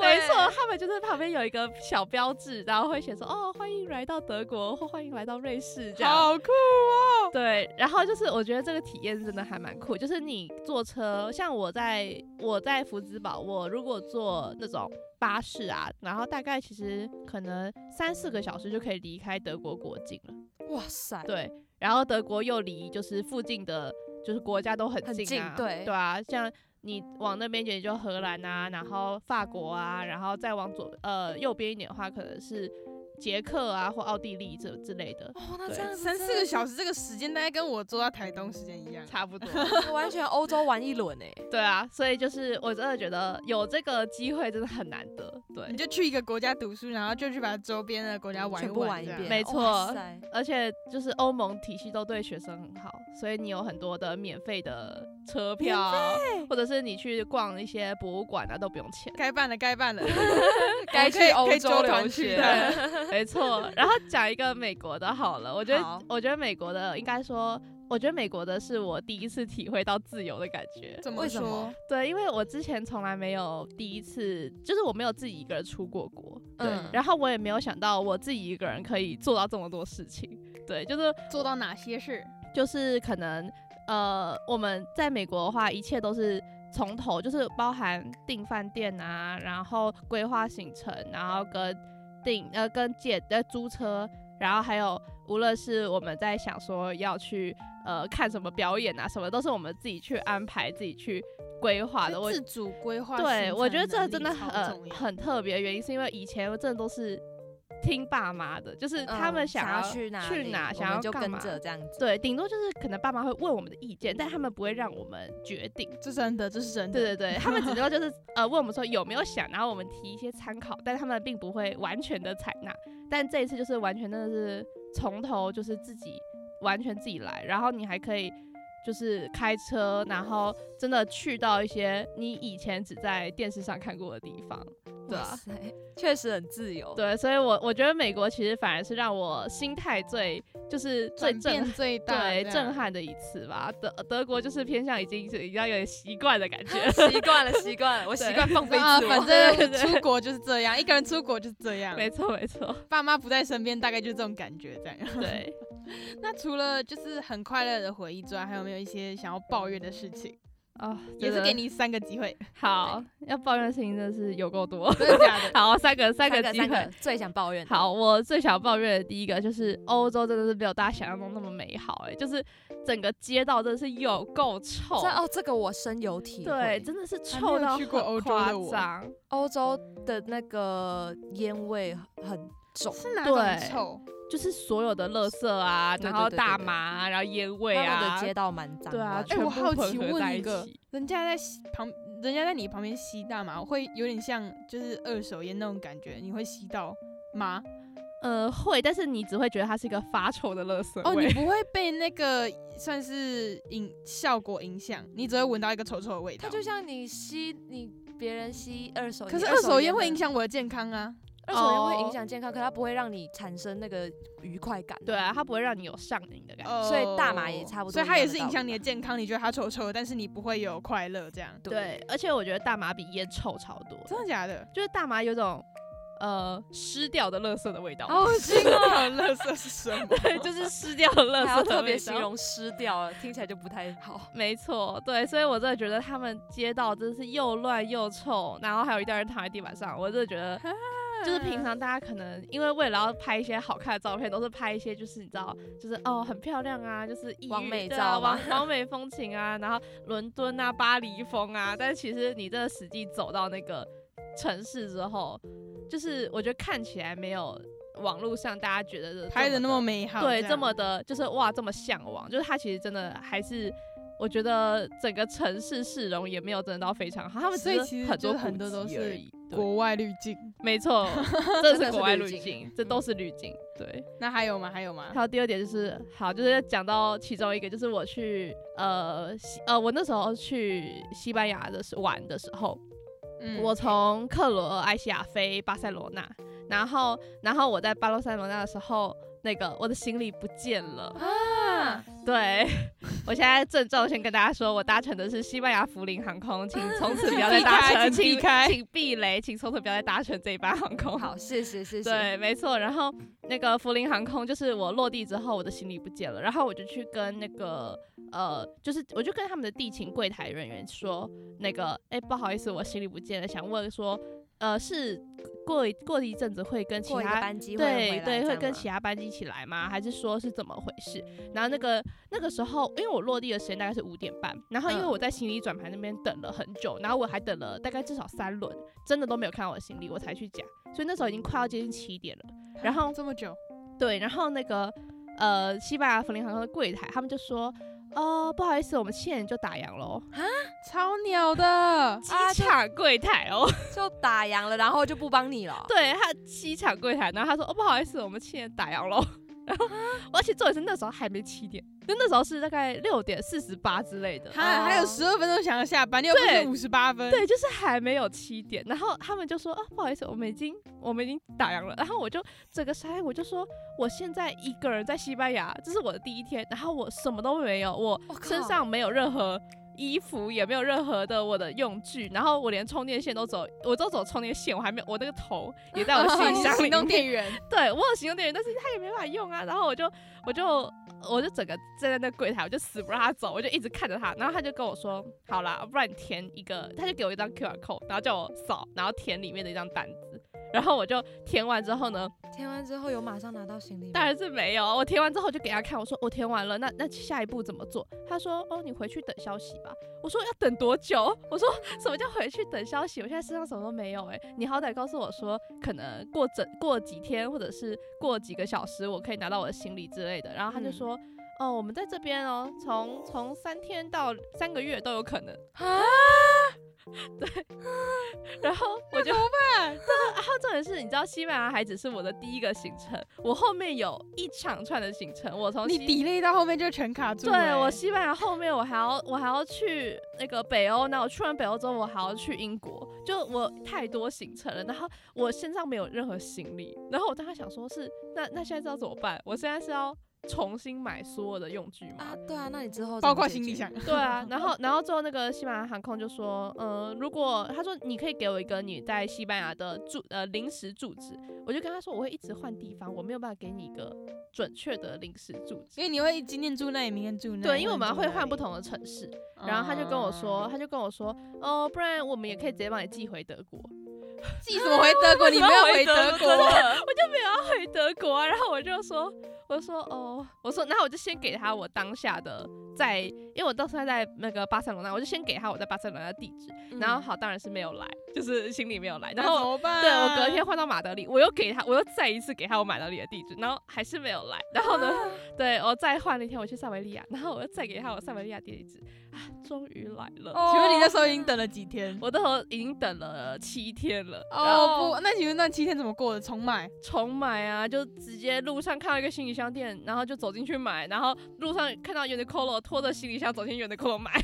没错，他们就是旁边有一个小标志，然后会写说哦，欢迎来到德国或欢迎来到瑞士这样。
好酷哦！
对，然后就是我觉得这个体验真的还蛮酷，就是你坐车，像我在我在福兹堡，我如果坐那种巴士啊，然后大概其实可能三四个小时就可以离开德国国境了。
哇塞，
对，然后德国又离就是附近的就是国家都很
很
近
近
啊，
对
啊，像你往那边一点就荷兰啊，然后法国啊，然后再往左呃右边一点的话，可能是捷克啊或奥地利这之类的，
哦，那
对
这样子
三四
真
个
的
小时这个时间大概跟我坐到台东时间一样。
差不多。
是完全欧洲玩一轮哎，
对啊，所以就是我真的觉得有这个机会真的很难得，
你
对，
就去一个国家读书，然后就去把周边的国家玩
全部
玩
玩一
这样
遍，
没
哇
错
塞
而且就是欧盟体系都对学生很好，所以你有很多的免费的车
免
票，或者是你去逛一些博物馆啊都不用钱。
该办了，该办了，
该
可
去
以
欧
可以
洲
周
留
团去
学，
对，没错。然后讲一个美国的好了，我觉得
好
我觉得美国的应该说我觉得美国的是我第一次体会到自由的感觉。
怎
为
么
什
说
么？
对，因为我之前从来没有第一次，就是我没有自己一个人出过国，对，
嗯
然后我也没有想到我自己一个人可以做到这么多事情，对，就是
做到哪些事？
就是可能呃，我们在美国的话，一切都是从头，就是包含订饭店啊，然后规划行程，然后跟订呃跟借呃租车，然后还有无论是我们在想说要去呃看什么表演啊，什么都是我们自己去安排、自己去规划啊的。我
自主规划行程能
对
力超重要。
我觉得这真的很很特别，原因是因为以前我真的都是听爸妈的，就是他们
嗯想
要
去哪
去
里
哪，
我
想
们
要
就
干
跟
嘛
着这样子。
对，顶多就是可能爸妈会问我们的意见，但他们不会让我们决定。
这真的，这是真的。
对对对，他们只能就是呃问我们说有没有想，然后我们提一些参考，但他们并不会完全的采纳。但这一次就是完全真的是从头就是自己完全自己来，然后你还可以就是开车，然后真的去到一些你以前只在电视上看过的地方，对
哇
啊。
塞，确实很自由。。
对，所以我我觉得美国其实反而是让我心态最就是最
转
震
变最大，
对
这样
震。撼的一次吧。德德国就是偏向已经是已经有点习惯的感觉
习惯了，习惯 了，我习惯放飞
啊，
自
反
我。
正出国就是这样，一个人出国就是这样，
没错，没错，
爸妈不在身边，大概就这种感觉这 样。
对。
那除了就是很快乐的回忆之外，还有没有一些想要抱怨的事情？
啊，
也
真
是
的
给你三个机会，
好，要抱怨的事情真的是有够多。
真的假的？
好，三个，三
三
个
个
机
三
会
个。最想抱怨的，
好，我最想抱怨的第一个就是欧洲真的是没有大家想象中那么美好、欸，就是整个街道真的是有够臭，
这哦，这个我深有体
对，
会。
真的是
没
臭
有
到
去过
很
欧洲
夸
的我
张。
欧洲的那个烟味很重，
是哪
对
种臭？
就是所有的垃圾啊，
对对
然后
对对
大
对
麻啊，然后烟味
他
啊，
们的街道蛮脏
对啊
乱
哎、
的。
全
我
部
好
混
奇
合在
问一
一
个
起，
人家在吸旁，人家在你旁边吸大麻，会有点像就是二手烟那种感觉，你会吸到吗？
呃，会，但是你只会觉得它是一个发臭的垃圾
哦，
味
你。不会被那个算是影效果影响，你只会闻到一个臭臭的味
它。
道
就像你吸你别人吸哦二手烟，
可是二手烟会影
的，
响我的健康啊！
二手烟会
哦
影响健康，可它不会让你产生那个愉快感。
对啊，它不会让你有上瘾的感觉。
哦
所以大麻也差不多
所以它
一
也
样的
是影
道
响
理啊
你的
吧
健康。你觉得它臭臭的，但是你不会有快乐这样。
对，而且我觉得大麻比烟臭超多，
真的假的？
就是大麻有种呃湿掉的垃圾的味道，
好恶 心
哦，乐色是什么？
对，就是湿掉的垃圾的味
还
道。
要特别形容湿掉了，听起来就不太好。
没错，对，所以我真的觉得他们街道真的是又乱又臭，然后还有一堆人躺在地板上，我真的觉得就是平常大家可能因为为了要拍一些好看的照片，都是拍一些就是你知道，就是哦很漂亮啊，就是异域
完美
对啊，
照
完
吗
完 美风情啊，然后伦敦啊、巴黎风啊，但其实你真的实际走到那个城市之后，就是我觉得看起来没有网络上大家觉得的
拍的
的
那么美好，
对，
样
这么的，就是哇，这么向往，就是它其实真的还是，我觉得整个城市市容也没有真的到非常好，他们
所以
只是
其实
很
就
多
是很
古
多都
迹
是
而已。对，
国外滤镜。
没 错，
真
这是
的
国
是
外
滤
滤
镜
镜，这
嗯
都是滤镜。对，
那还有吗？还有吗？
还有第二点就是，好，就是讲到其中一个，就是我去呃西呃，我那时候去西班牙的时玩的时候，
嗯
我从克罗埃西亚飞巴塞罗那，然后然后我在巴塞罗那的时候，那个我的行李不见了。
啊，
对，我现在郑重地先跟大家说，我搭乘的是西班牙福林航空，请从此 不要再搭乘，
请避
请
开
请避雷，请从此不要再搭乘这一班航空。
好，谢谢谢谢。
对，没错。然后那个福林航空，就是我落地之后，我的行李不见了，然后我就去跟那个呃，就是我就跟他们的地勤柜台人员说，那个哎、不好意思，我行李不见了，想问说，呃，是过一过一阵子会跟其
过一个
他
班机会
对
回来
对，
这
会
样
跟
吗
其他班机一起来吗？还是说是怎么回事？然后那个那个时候，因为我落地的时间大概是五点半，然后因为
嗯
我在行李转盘那边等了很久，然后我还等了大概至少三轮，真的都没有看到我的行李，我才去讲，所以那时候已经快要接近七点了。然后
这么久，
对，然后那个呃，西班牙福林航空的柜台，他们就说。哦，不好意思，我们七点就打烊啊喽。
超鸟 的，
机场柜台哦，
就打烊了，然后就不帮你了。
对他机场柜台，然后他说哦，不好意思，我们七点打烊喽。然后而且重点是那时候还没七点，就那时候是大概六点四十八之类的。
还还有十二分钟想要下班，你又不
对
是五十八分，
对，就是还没有七点，然后他们就说啊，不好意思，我们已经我们已经打烊了。然后我就整个傻眼，我就说我现在一个人在西班牙，这是我的第一天，然后我什么都没有，我
我靠
身上没有任何衣服，也没有任何的我的用具，然后我连充电线都走，我都走充电线，我还没有，我那个头也在我行
哦你
李
是
箱
行
里
动
面。
电 源，
对我有行动电源，但是它也没办法用啊。然后我就我就我就整个站在那柜台，我就死不让他走，我就一直看着他。然后他就跟我说：“好啦，不然你填一个。”他就给我一张 QR code，然后叫我扫，然后填里面的一张单子。然后我就填完之后呢，
填完啊之后有马上拿到行李吗，
当然是没有。我填完之后就给他看，我说我填完了，那那下一步怎么做？他说哦，你回去等消息吧。我说要等多久？我说 什么叫回去等消息？我现在身上什么都没有哎、你好歹告诉我说，可能过整过几天或者是过几个小时，我可以拿到我的行李之类的。然后他就
嗯
说。哦，我们在这边哦，从从三天到三个月都有可能。
啊，
然 后我就怎么办？然后重点是，你知道西班牙还只是我的第一个行程，我后面有一长串的行程。我从
你
西
delay 到后面就全卡住了欸。
对我西班牙后面我还要我还要去那个北欧，那我去完北欧之后我还要去英国，就我太多行程了，然后我身上没有任何行李，然后我当时想说是那那现在是要怎么办？我现在是要重新买所有的用具吗？
啊，对啊，那你之后怎么
包括
解
行李
决
箱，
对啊，然后然后之后那个西班牙航空就说，呃，如果他说你可以给我一个你在西班牙的住呃临时住址，我就跟他说我会一直换地方，我没有办法给你一个准确的临时住址。
因为你会今天住那里，明天住那里，
对，因为我们
后天
会
住那
换不
里，哦
同的城市，然后他就跟我说，他就跟我说，哦，不然我们也可以直接帮你寄回德国。
嗯，寄什么回德 国？你
为
们
什么
要回
回
德
德
国
国，我就没有要回德国啊。然后我就说，我说哦，我说，然后我就先给他我当下的在，因为我当时还在那个巴塞罗那，我就先给他我在巴塞罗那的地址。然后好，当然是没有来，就是心里没有来。然后
后
对我隔天换到马德里，我又给他，我又再一次给他我马德里的地址，然后还是没有来。然后呢，对我再换了一天，我去塞维利亚，然后我又再给他我塞维利亚地址，啊，终于来了。
请问你那时候已经等了几天？
我那时候已经等了七天了，然后
哦不，那请问那七天怎么过的？重买？
重买啊，就直接路上看到一个行李箱店，然后就走进去买，然后路上看到 Uniqlo 拖着行李箱走进 Uniqlo 买，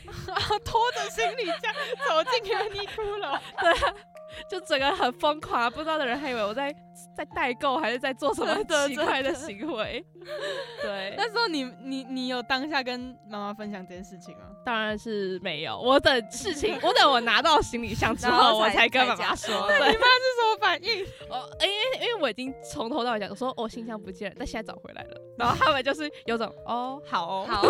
拖着行李箱走进原地哭了。
就整个很疯狂啊，不知道的人还以为我在在代购还是在做什么
真的
奇怪的行为。 对，
那时候你你你有当下跟妈妈分享这件事情吗？
当然是没有，我等事情，我等我拿到行李箱之
然
后，
后
我
才
才跟
才
妈妈
讲
说。
那
对，
这是什么反 应？
哦，因为因为我已经从头到尾讲我说，哦，行李箱不见了，但现在找回来了。然后他们就是有种哦，好哦，
好，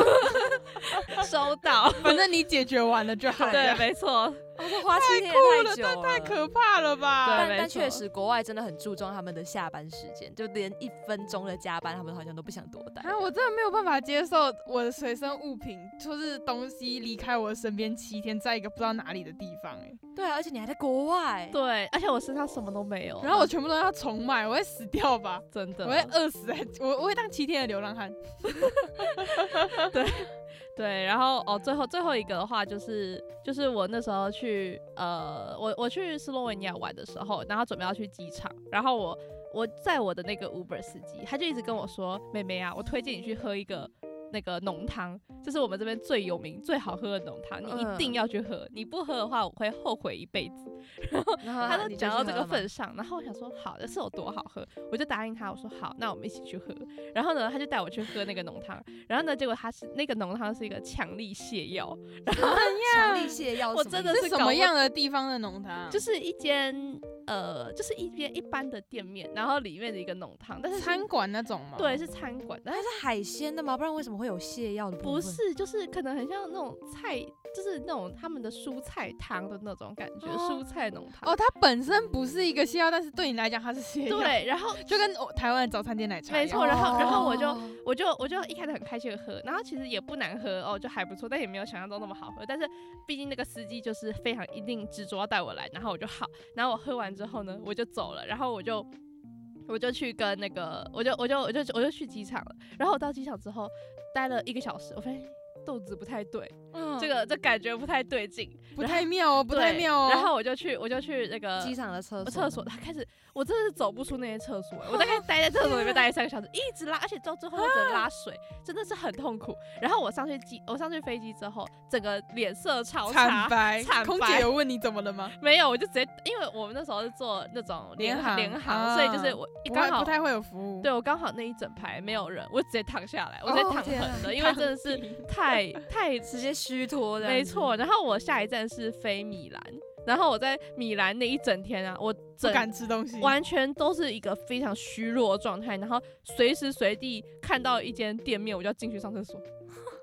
收到。
反正你解决完了就好了。
对，没 错，
我说哦花 七天
哭
也
了，
久了，
但太可怕了吧？
对
但
没
但确
错
实，国外真的很注重他们的下班时间，就连一分钟的加班，他们好像都不想多待。
啊，我真的没有办法接受我的随身物品，就是东西离开我身边七天，在一个不知道哪里的地方、欸，
对啊，而且你还在国外，
对，而且我身上什么都没有。
然后我全部都要重买，我会死掉吧？
真
我
的，
会饿死、欸，我我会当七天的流浪汉。
对，然后哦，最后最后一个的话就是就是我那时候去呃，我我去斯洛文尼亚玩的时候，然后准备要去机场，然后我我在我的那个 Uber 司机，他就一直跟我说，妹妹啊，我推荐你去喝一个。那个浓汤，这是我们这边最有名、最好喝的浓汤，你一定
嗯
要去喝。你不喝的话，我会后悔一辈子。
然后
他都
啊你就
讲
去
到这
喝
个
了吗
份上，然后我想说好，这是有多好喝，我就答应他，我说好，那我们一起去喝。然后呢，他就带我去喝那个浓汤，然后呢，结果他是那个浓汤是一个强力泻药，
强力泻药什么意思，
我真的
是什
搞
么
不
样的地方的浓汤？
嗯
就是一间呃，就是一间一般的店面，然后里面的一个浓汤，但是是
餐馆那种吗？
对，是餐馆，但
它
是
是海鲜的吗？不然为什么会有泻药的部
不
分？
是就是可能很像那种菜，就是那种他们的蔬菜汤的那种感觉，
哦
蔬菜浓汤。
哦，它本身不是一个泻药，但是对你来讲它是泻药，，
对，然后
就跟我台湾的早餐店奶茶一样。
没错然后然后我就
哦
我就我就一开始很开心的喝，然后其实也不难喝哦，就还不错，但也没有想象中那么好喝。但是毕竟那个司机就是非常一定执着要带我来，然后我就好，然后我喝完之后呢，我就走了，然后我就。我就去跟那个，我就我就我就我就去机场了。然后我到机场之后待了一个小时，我发现肚子不太对，
嗯
这个这感觉不太对劲，
不
然
太妙哦，不太
对
妙哦。
然后我就去我就去那个
机场的厕所，
呃厕所，他开始，我真的是走不出那些厕 所欸、我大概待在厕所里面待了三个小时，一直拉，而且到最后就只能拉 水，真的是很痛苦。然后我上去机，我上去飞机之后，整个脸色超
惨
差。
白，
惨
空
白
姐有问你怎么了 吗？
没有，我就直接，因为我们那时候是坐那种
联航
联航，
啊
所以就是我
不
哎刚
太
好
不太会有服务。
对我刚好那一整排没有人，我直接躺下来，我直接
哦
躺
天啊
横的，因为真的是太 太
直接虚脱的，
没错。然后我下一站是飞米兰，然后我在米兰那一整天啊，我
不
整
敢吃东西，
完全都是一个非常虚弱的状态，然后随时随地看到一间店面，我就要进去上厕所。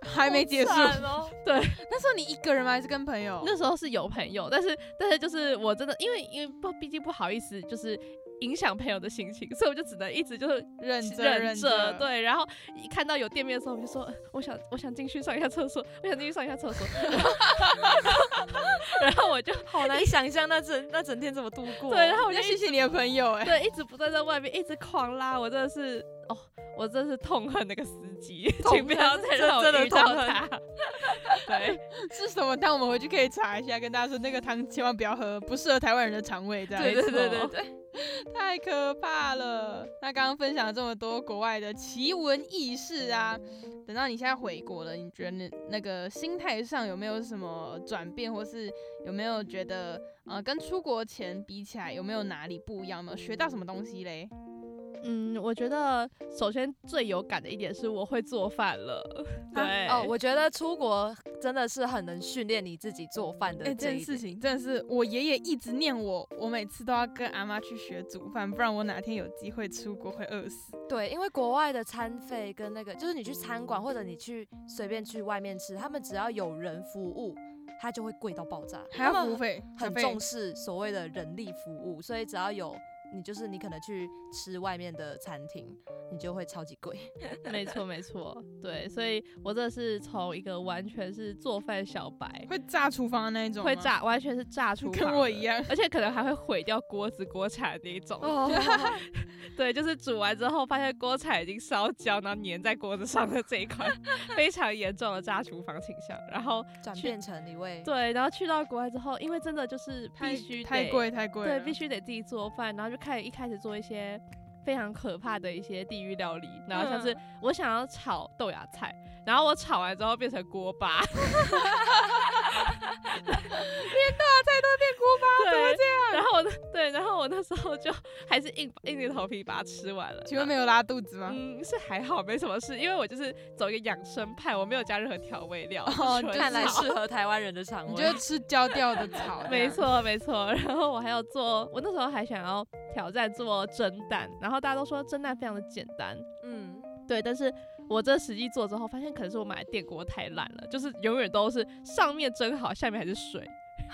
还没结束。
好惨哦
那时候你一个人吗？还是跟朋友？
那时候是有朋友，但是但是就是我真的因为因为不毕竟不好意思，就是影响朋友的心情，所以我就只能一直就是
忍着
忍
着，
着。，对，然后一看到有店面的时候，我就说呃我想我想进去上一下厕所，我想进去上一下厕所， 然后然后我就
好难想象那整那整天怎么度过。啊
对，然后我
我
就
就
一
谢
直
谢你的朋友 哎、
对一直不断在外面一直狂拉，我真的是哦，我真的是痛恨那个司机，
痛
请不要
恨
再
真
让我
真的
遇到
痛恨
他。 对，
是什么？但我们回去可以查一下，跟大家说那个汤千万不要喝，不适合台湾人的肠胃，这样
对
没
对对对
错
对，
太可怕了。那刚刚分享了这么多国外的奇闻异事啊，等到你现在回国了，你觉得那那个心态上有没有什么转变，或是有没有觉得呃跟出国前比起来有没有哪里不一样？有没有学到什么东西嘞？
嗯，我觉得首先最有感的一点是我会做饭了，对，
哦，我觉得出国真的是很能训练你自己做饭的
哎、这
这
件
一
事
点。
情真的是我爷爷一直念我，我每次都要跟阿妈去学煮饭，不然我哪天有机会出国会饿死。
对，因为国外的餐费跟那个，就是你去餐馆或者你去随便去外面吃，他们只要有人服务，它就会贵到爆炸。
还要
他
服务
们
费，小
很
费
重视所谓的人力服务，所以只要有你，就是你可能去吃外面的餐厅，你就会超级贵。
没错没错，对，所以我这是从一个完全是做饭小白，
会炸厨房的那一种，
会，炸，完全是炸出
跟我一。样。
而且可能还会毁掉锅子、锅铲那一种，
哦，
对，就是煮完之后发现锅铲已经烧焦，然后粘在锅子上的这一 块，非常严重的炸厨房倾向。然后
转
去
变成一位
对，然后去到国外之后，因为真的就是必须
太
得
贵太贵了，
对，必须得自己做饭，然后就开始一开始做一些非常可怕的一些地狱料理，然
啊
后像
嗯
是我想要炒豆芽菜，然后我炒完之后变成锅巴， 连豆芽菜都变锅巴，怎么这样？然后我那对，然后我那时候就还是硬硬着头皮把它吃完了。
请问没有拉肚子吗？
嗯，是还好，没什么事，因为我就是走一个养生派，我没有加任何调味料，
哦
纯
看来
炒，
适合台湾人的肠胃。
你 就吃焦掉的草
没。错没错，然后我还要做，我那时候还想要挑战做蒸蛋，然后大家都说蒸蛋非常的简单，
嗯，
对，但是我这实际做之后，发现可能是我买的电锅太烂了，就是永远都是上面蒸好，下面还是水，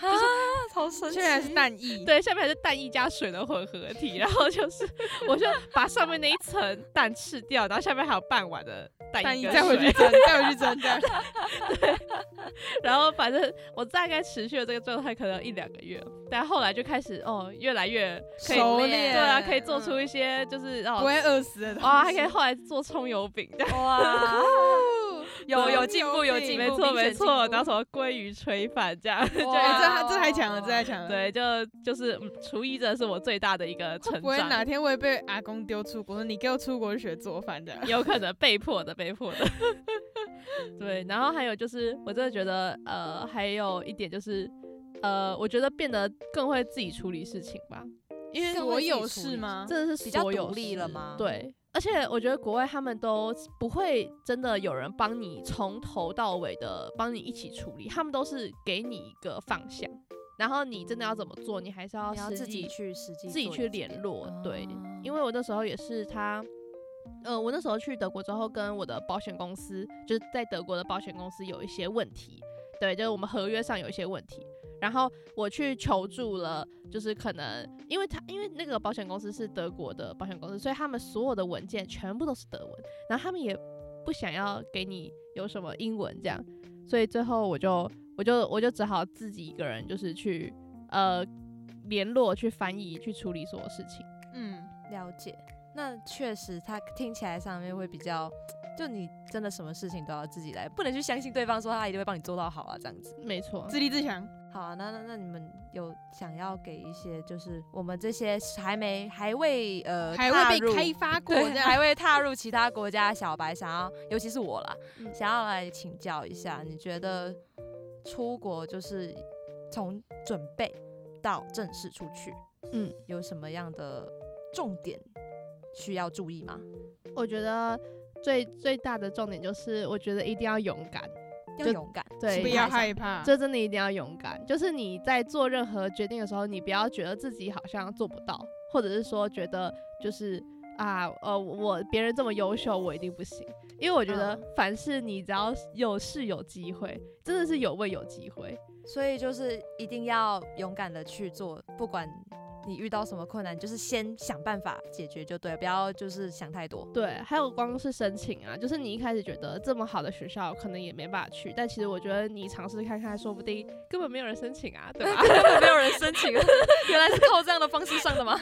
就是啊超神
虽然是蛋液，
对，下面还是蛋液加水的混合体，然后就是我就把上面那一层蛋吃掉，然后下面还有半碗的蛋
蛋
液
液
跟
再回
水
去蒸，再回去蒸，再回去 蒸
然后反正我大概持续了这个状态可能一两个月，但后来就开始哦，越来越可以
熟
练
对啊，可以做出
嗯
一些就是
不
哦
会饿死的东西。
哇，还可以后来做葱油饼，这样
哇， 有有进步，有
对
进
没
步，
错
明显
没
进
错，
步啊
然后什么鲑鱼炊饭这样，
对，
哇
哎这这还强了，这还
嗯
强 了。，
对，就就是嗯厨艺真的是我最大的一个成
不会哪
长，
天我也被阿公丢出国，说你给我出国学做 饭的。
有可能被迫的，被迫的。 对，然后还有就是，我真的觉得呃，还有一点就是。呃，我觉得变得更会自己处理事情吧，因为
更
所
会自己
有
处
事
理
吗？
真的是
啊比较
所有
独立
事
了吗
对，而且我觉得国外他们都不会真的有人帮你从头到尾的帮你一起处理，他们都是给你一个方向，然后你真的要怎么做，你还是要
你要
实
自己
际
去实际
自己
做
去
一哦点
联络。对，因
为
为我那时候也是他。呃，我那时候去德国之后，跟我的保险公司，就是在德国的保险公司有一些问题，对，就是我们合约上有一些问题。然后我去求助了，就是可能因为他因为那个保险公司是德国的保险公司，所以他们所有的文件全部都是德文，然后他们也不想要给你有什么英文这样，所以最后我就我就我就只好自己一个人就是去呃联络去翻译去处理所有事情。
嗯，
了解，那确实它听起来上面会比较就你真的什么事情都要自己来，不能去相信对方说他一定会帮你做到好啊，这样子。
没错，
自立自强。
好啊，那那那你们有想要给一些，就是我们这些还没还未呃
还
踏
未
入
被 开发过
对
这
还
样。
未踏入其他国家的小白，想要尤其是我啦，
嗯
想要来请教一下，你觉得出国就是从准备到正式出去，
嗯，
有什么样的重点需要注意吗？
我觉得最最大的重点就是，我觉得一定要勇敢，
要
就
勇敢，
对
不要害怕，
这真的一定要勇敢。就是你在做任何决定的时候，你不要觉得自己好像做不到，或者是说觉得就是啊呃我别人这么优秀，我一定不行。因为我觉得
嗯
凡事你只要有是有机会，真的是有位有机会。
所以就是一定要勇敢的去做，不管你遇到什么困难，就是先想办法解决就对，不要就是想太多。
对，还有光是申请啊，就是你一开始觉得这么好的学校可能也没办法去，但其实我觉得你尝试看看，说不定根本没有人申请啊，对吧？
没有人申请， 原来是靠这样的方式上的吗？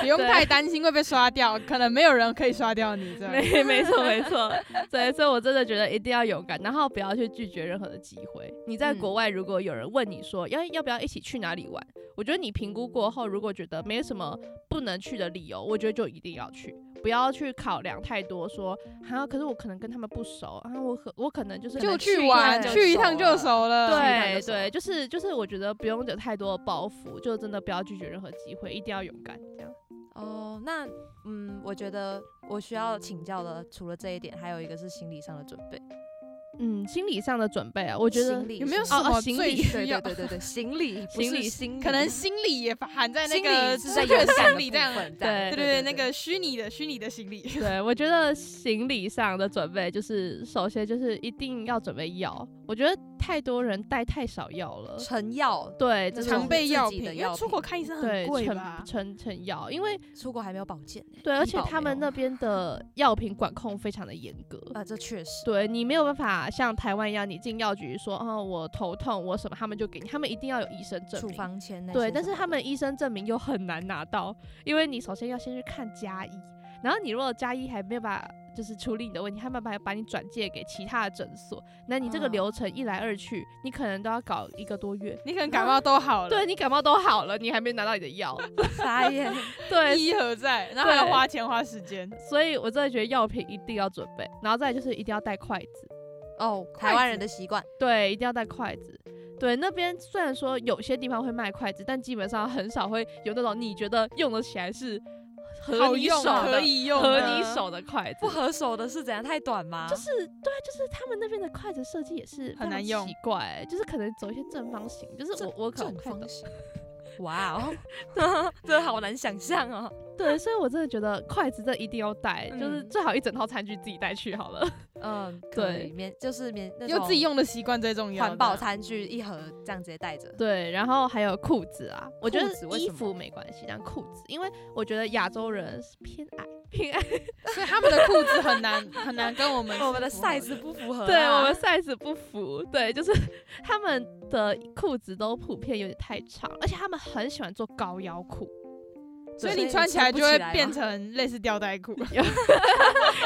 不用
对
太担心会被刷掉，可能没有人可以刷掉你这样。
没没错没 错，对，所以我真的觉得一定要勇敢，然后不要去拒绝任何的机会。你在
嗯
国外，如果有人问你说哎要要不要一起去哪里玩，我觉得你评估过后，如果觉得没什么不能去的理由，我觉得就一定要去，不要去考量太多说，啊，可是我可能跟他们不熟啊，我可我可能就是
就
能去
去
一趟
玩，
就
去一
熟
趟就
了
熟了。
对
熟了
对，就是就是，我觉得不用有太多的包袱，就真的不要拒绝任何机会，一定要勇敢，这样。
哦，那嗯，我觉得我需要请教的，除了这一点，还有一个是心理上的准备。
嗯，心理上的准备啊，我觉得
心理
有没有
上
什
哦
么
行
最
李
对
需
对
要？
对对对，行 李不
行
是
李
心理，
可能心理也含在那
心
个
理是在
正
勇
确
敢
心
的
理
部
这样。
分，
对
对对，那个虚拟的虚拟的行李。
对，我觉得行李上的准备就是，首先就是一定要准备药。我觉得太多人带太少药了，
成药，
对，这
那
种
常备药
自己的
品，因
药
为出国
品
看医生很
对
贵吧
成？成成药，因为
出国还没有保健呢、
对，而
医
且
保
他
没
们
有
那边的药品管控非常的严格。
啊，这确实
对你没有办法像台湾一样，你进药局说，哦，我头痛，我什么，他们就给你，他们一定要有医生证
处
明。
方签那些
对，
什
但是
么
他
的
们医生证明又很难拿到，因为你首先要先去看加医，然后你如果加医还没有办法就是处理你的问题，他们把把你转介给其他的诊所，那你这个
嗯
流程一来二去，你可能都要搞一个多月。
你可能感
啊
冒都好了，
对，你感冒都好了，你还没拿到你的 药，
傻眼，
对，
意义何在？然后还要花钱花时间，
所以我真的觉得药品一定要准备，然后再来就是一定要带筷子，
哦，
筷
台湾
子
人的习惯，
对，一定要带筷子。对，那边虽然说有些地方会卖筷子，但基本上很少会有那种你觉得用得起来是合
好
你
用
手的
可以用
合
的
你手的筷子，
不合手的是怎样？太短吗？
就是对啊，就是他们那边的筷子设计也是非常
很难用
奇怪、就是可能走一些正方形，就是
这
我我可能
正
不太懂
方，形。 哇哦， 这好难想象哦。
对，所以我真的觉得筷子这一定要带，就是
嗯
最好一整套餐具自己带去好了。
嗯，
对
对，免就是免那
有自己
种
用的习惯最重要。
环保，餐具一盒这样直接带着。
对，然后还有裤子啊，我觉得
裤子为
衣
什么
服没关系，但裤子，因为我觉得亚洲人是偏矮，偏矮，
所以他们的裤子很难很难跟我们
我们的
是符合
size 不符合啊，
对我们 size 不符，对，就是他们的裤子都普遍有点太长，而且他们很喜欢做高腰裤，
所以
对
你穿起来
撑不
就会
起来吗
变成类似吊带 裤。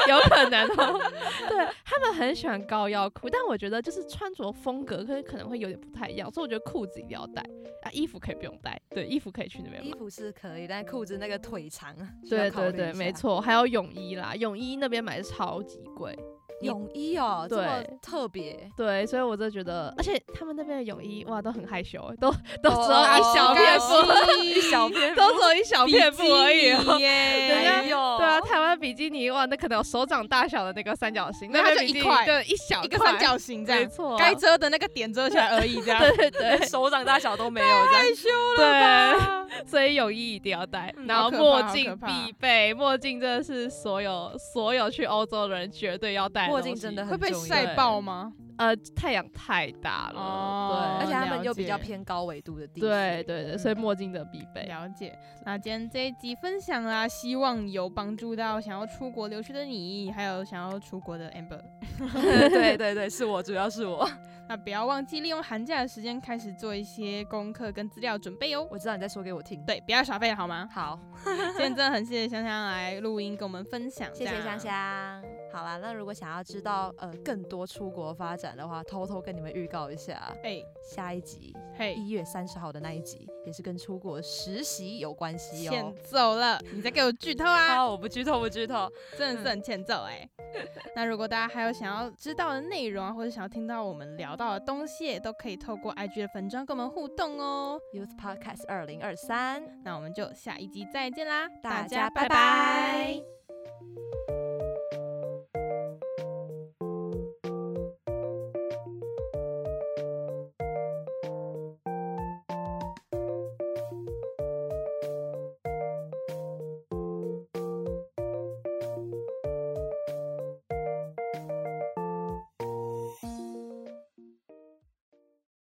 有可能哦。 对他们很喜欢高腰裤，但我觉得就是穿着风格可可能会有点不太一样，所以我觉得裤子一定要带啊，衣服可以不用带，对，衣服可以去那边
衣
买。
服是可以，但裤子那个腿长啊，需要
对
考
对
虑
对，
一
没
下。
错，还有泳衣啦，泳衣那边买的超级贵，你
泳衣哦，这么
对
特别，
对，所以我就觉得，而且他们那边的泳衣哇都很害羞，欸都都只 有
哦
一小片
布
布，
一 小片
都只有一小片布而已哦。
耶
人家
哎呦，
对啊，，台湾比基尼哇，那可能有手掌大小的那个三角形，
那
那
它
边
就
比基
一
尼
块
就一小
一个
块
三，角形这
没
样，
错，啊
该遮的那个点遮起来而已， 这样
对对对，
手掌大小都没有这样。
羞
对，
了。
所以泳衣一定要戴，
嗯
然后
好可怕
墨
好
镜
可怕
必备，墨镜真的是所有所有去欧洲的人绝对要戴的
墨
东
镜
西
真的很
会被
重要
晒爆吗？
呃太阳太大了，
哦
而且
对，
他们又
了解
比较偏高纬度的地区，
对对对，所以
嗯
墨镜真的必备。
了解。那今天这一集分享啦，希望有帮助到想要出国留学的你，还有想要出国的 Amber。
对对对，是我，主要是 我。
那不要忘记利用寒假的时间开始做一些功课跟资料准备哦。
我知道你在说给我听。
对，不要耍废了好吗
？好，
今天真的很谢谢香香来录音跟我们分享，
谢
这
谢
样
香。香。好，好啦，那如果想要知道呃更多出国发展的话，偷偷跟你们预告一下，
哎
下一集
嘿，
一月三十号的那一集也是跟出国实习有关系
欠
哦。
揍了，你在给我剧透啊！
好，我嗯不剧透，不剧透。
真的是很欠揍哎、 那如果大家还有想要知道的内容啊，或者想要听到我们聊到的东西，也都可以透过 IG 的粉砖跟我们互动哦。
Youth Podcast 二零二三，
那我们就下一集再见啦，
大家拜拜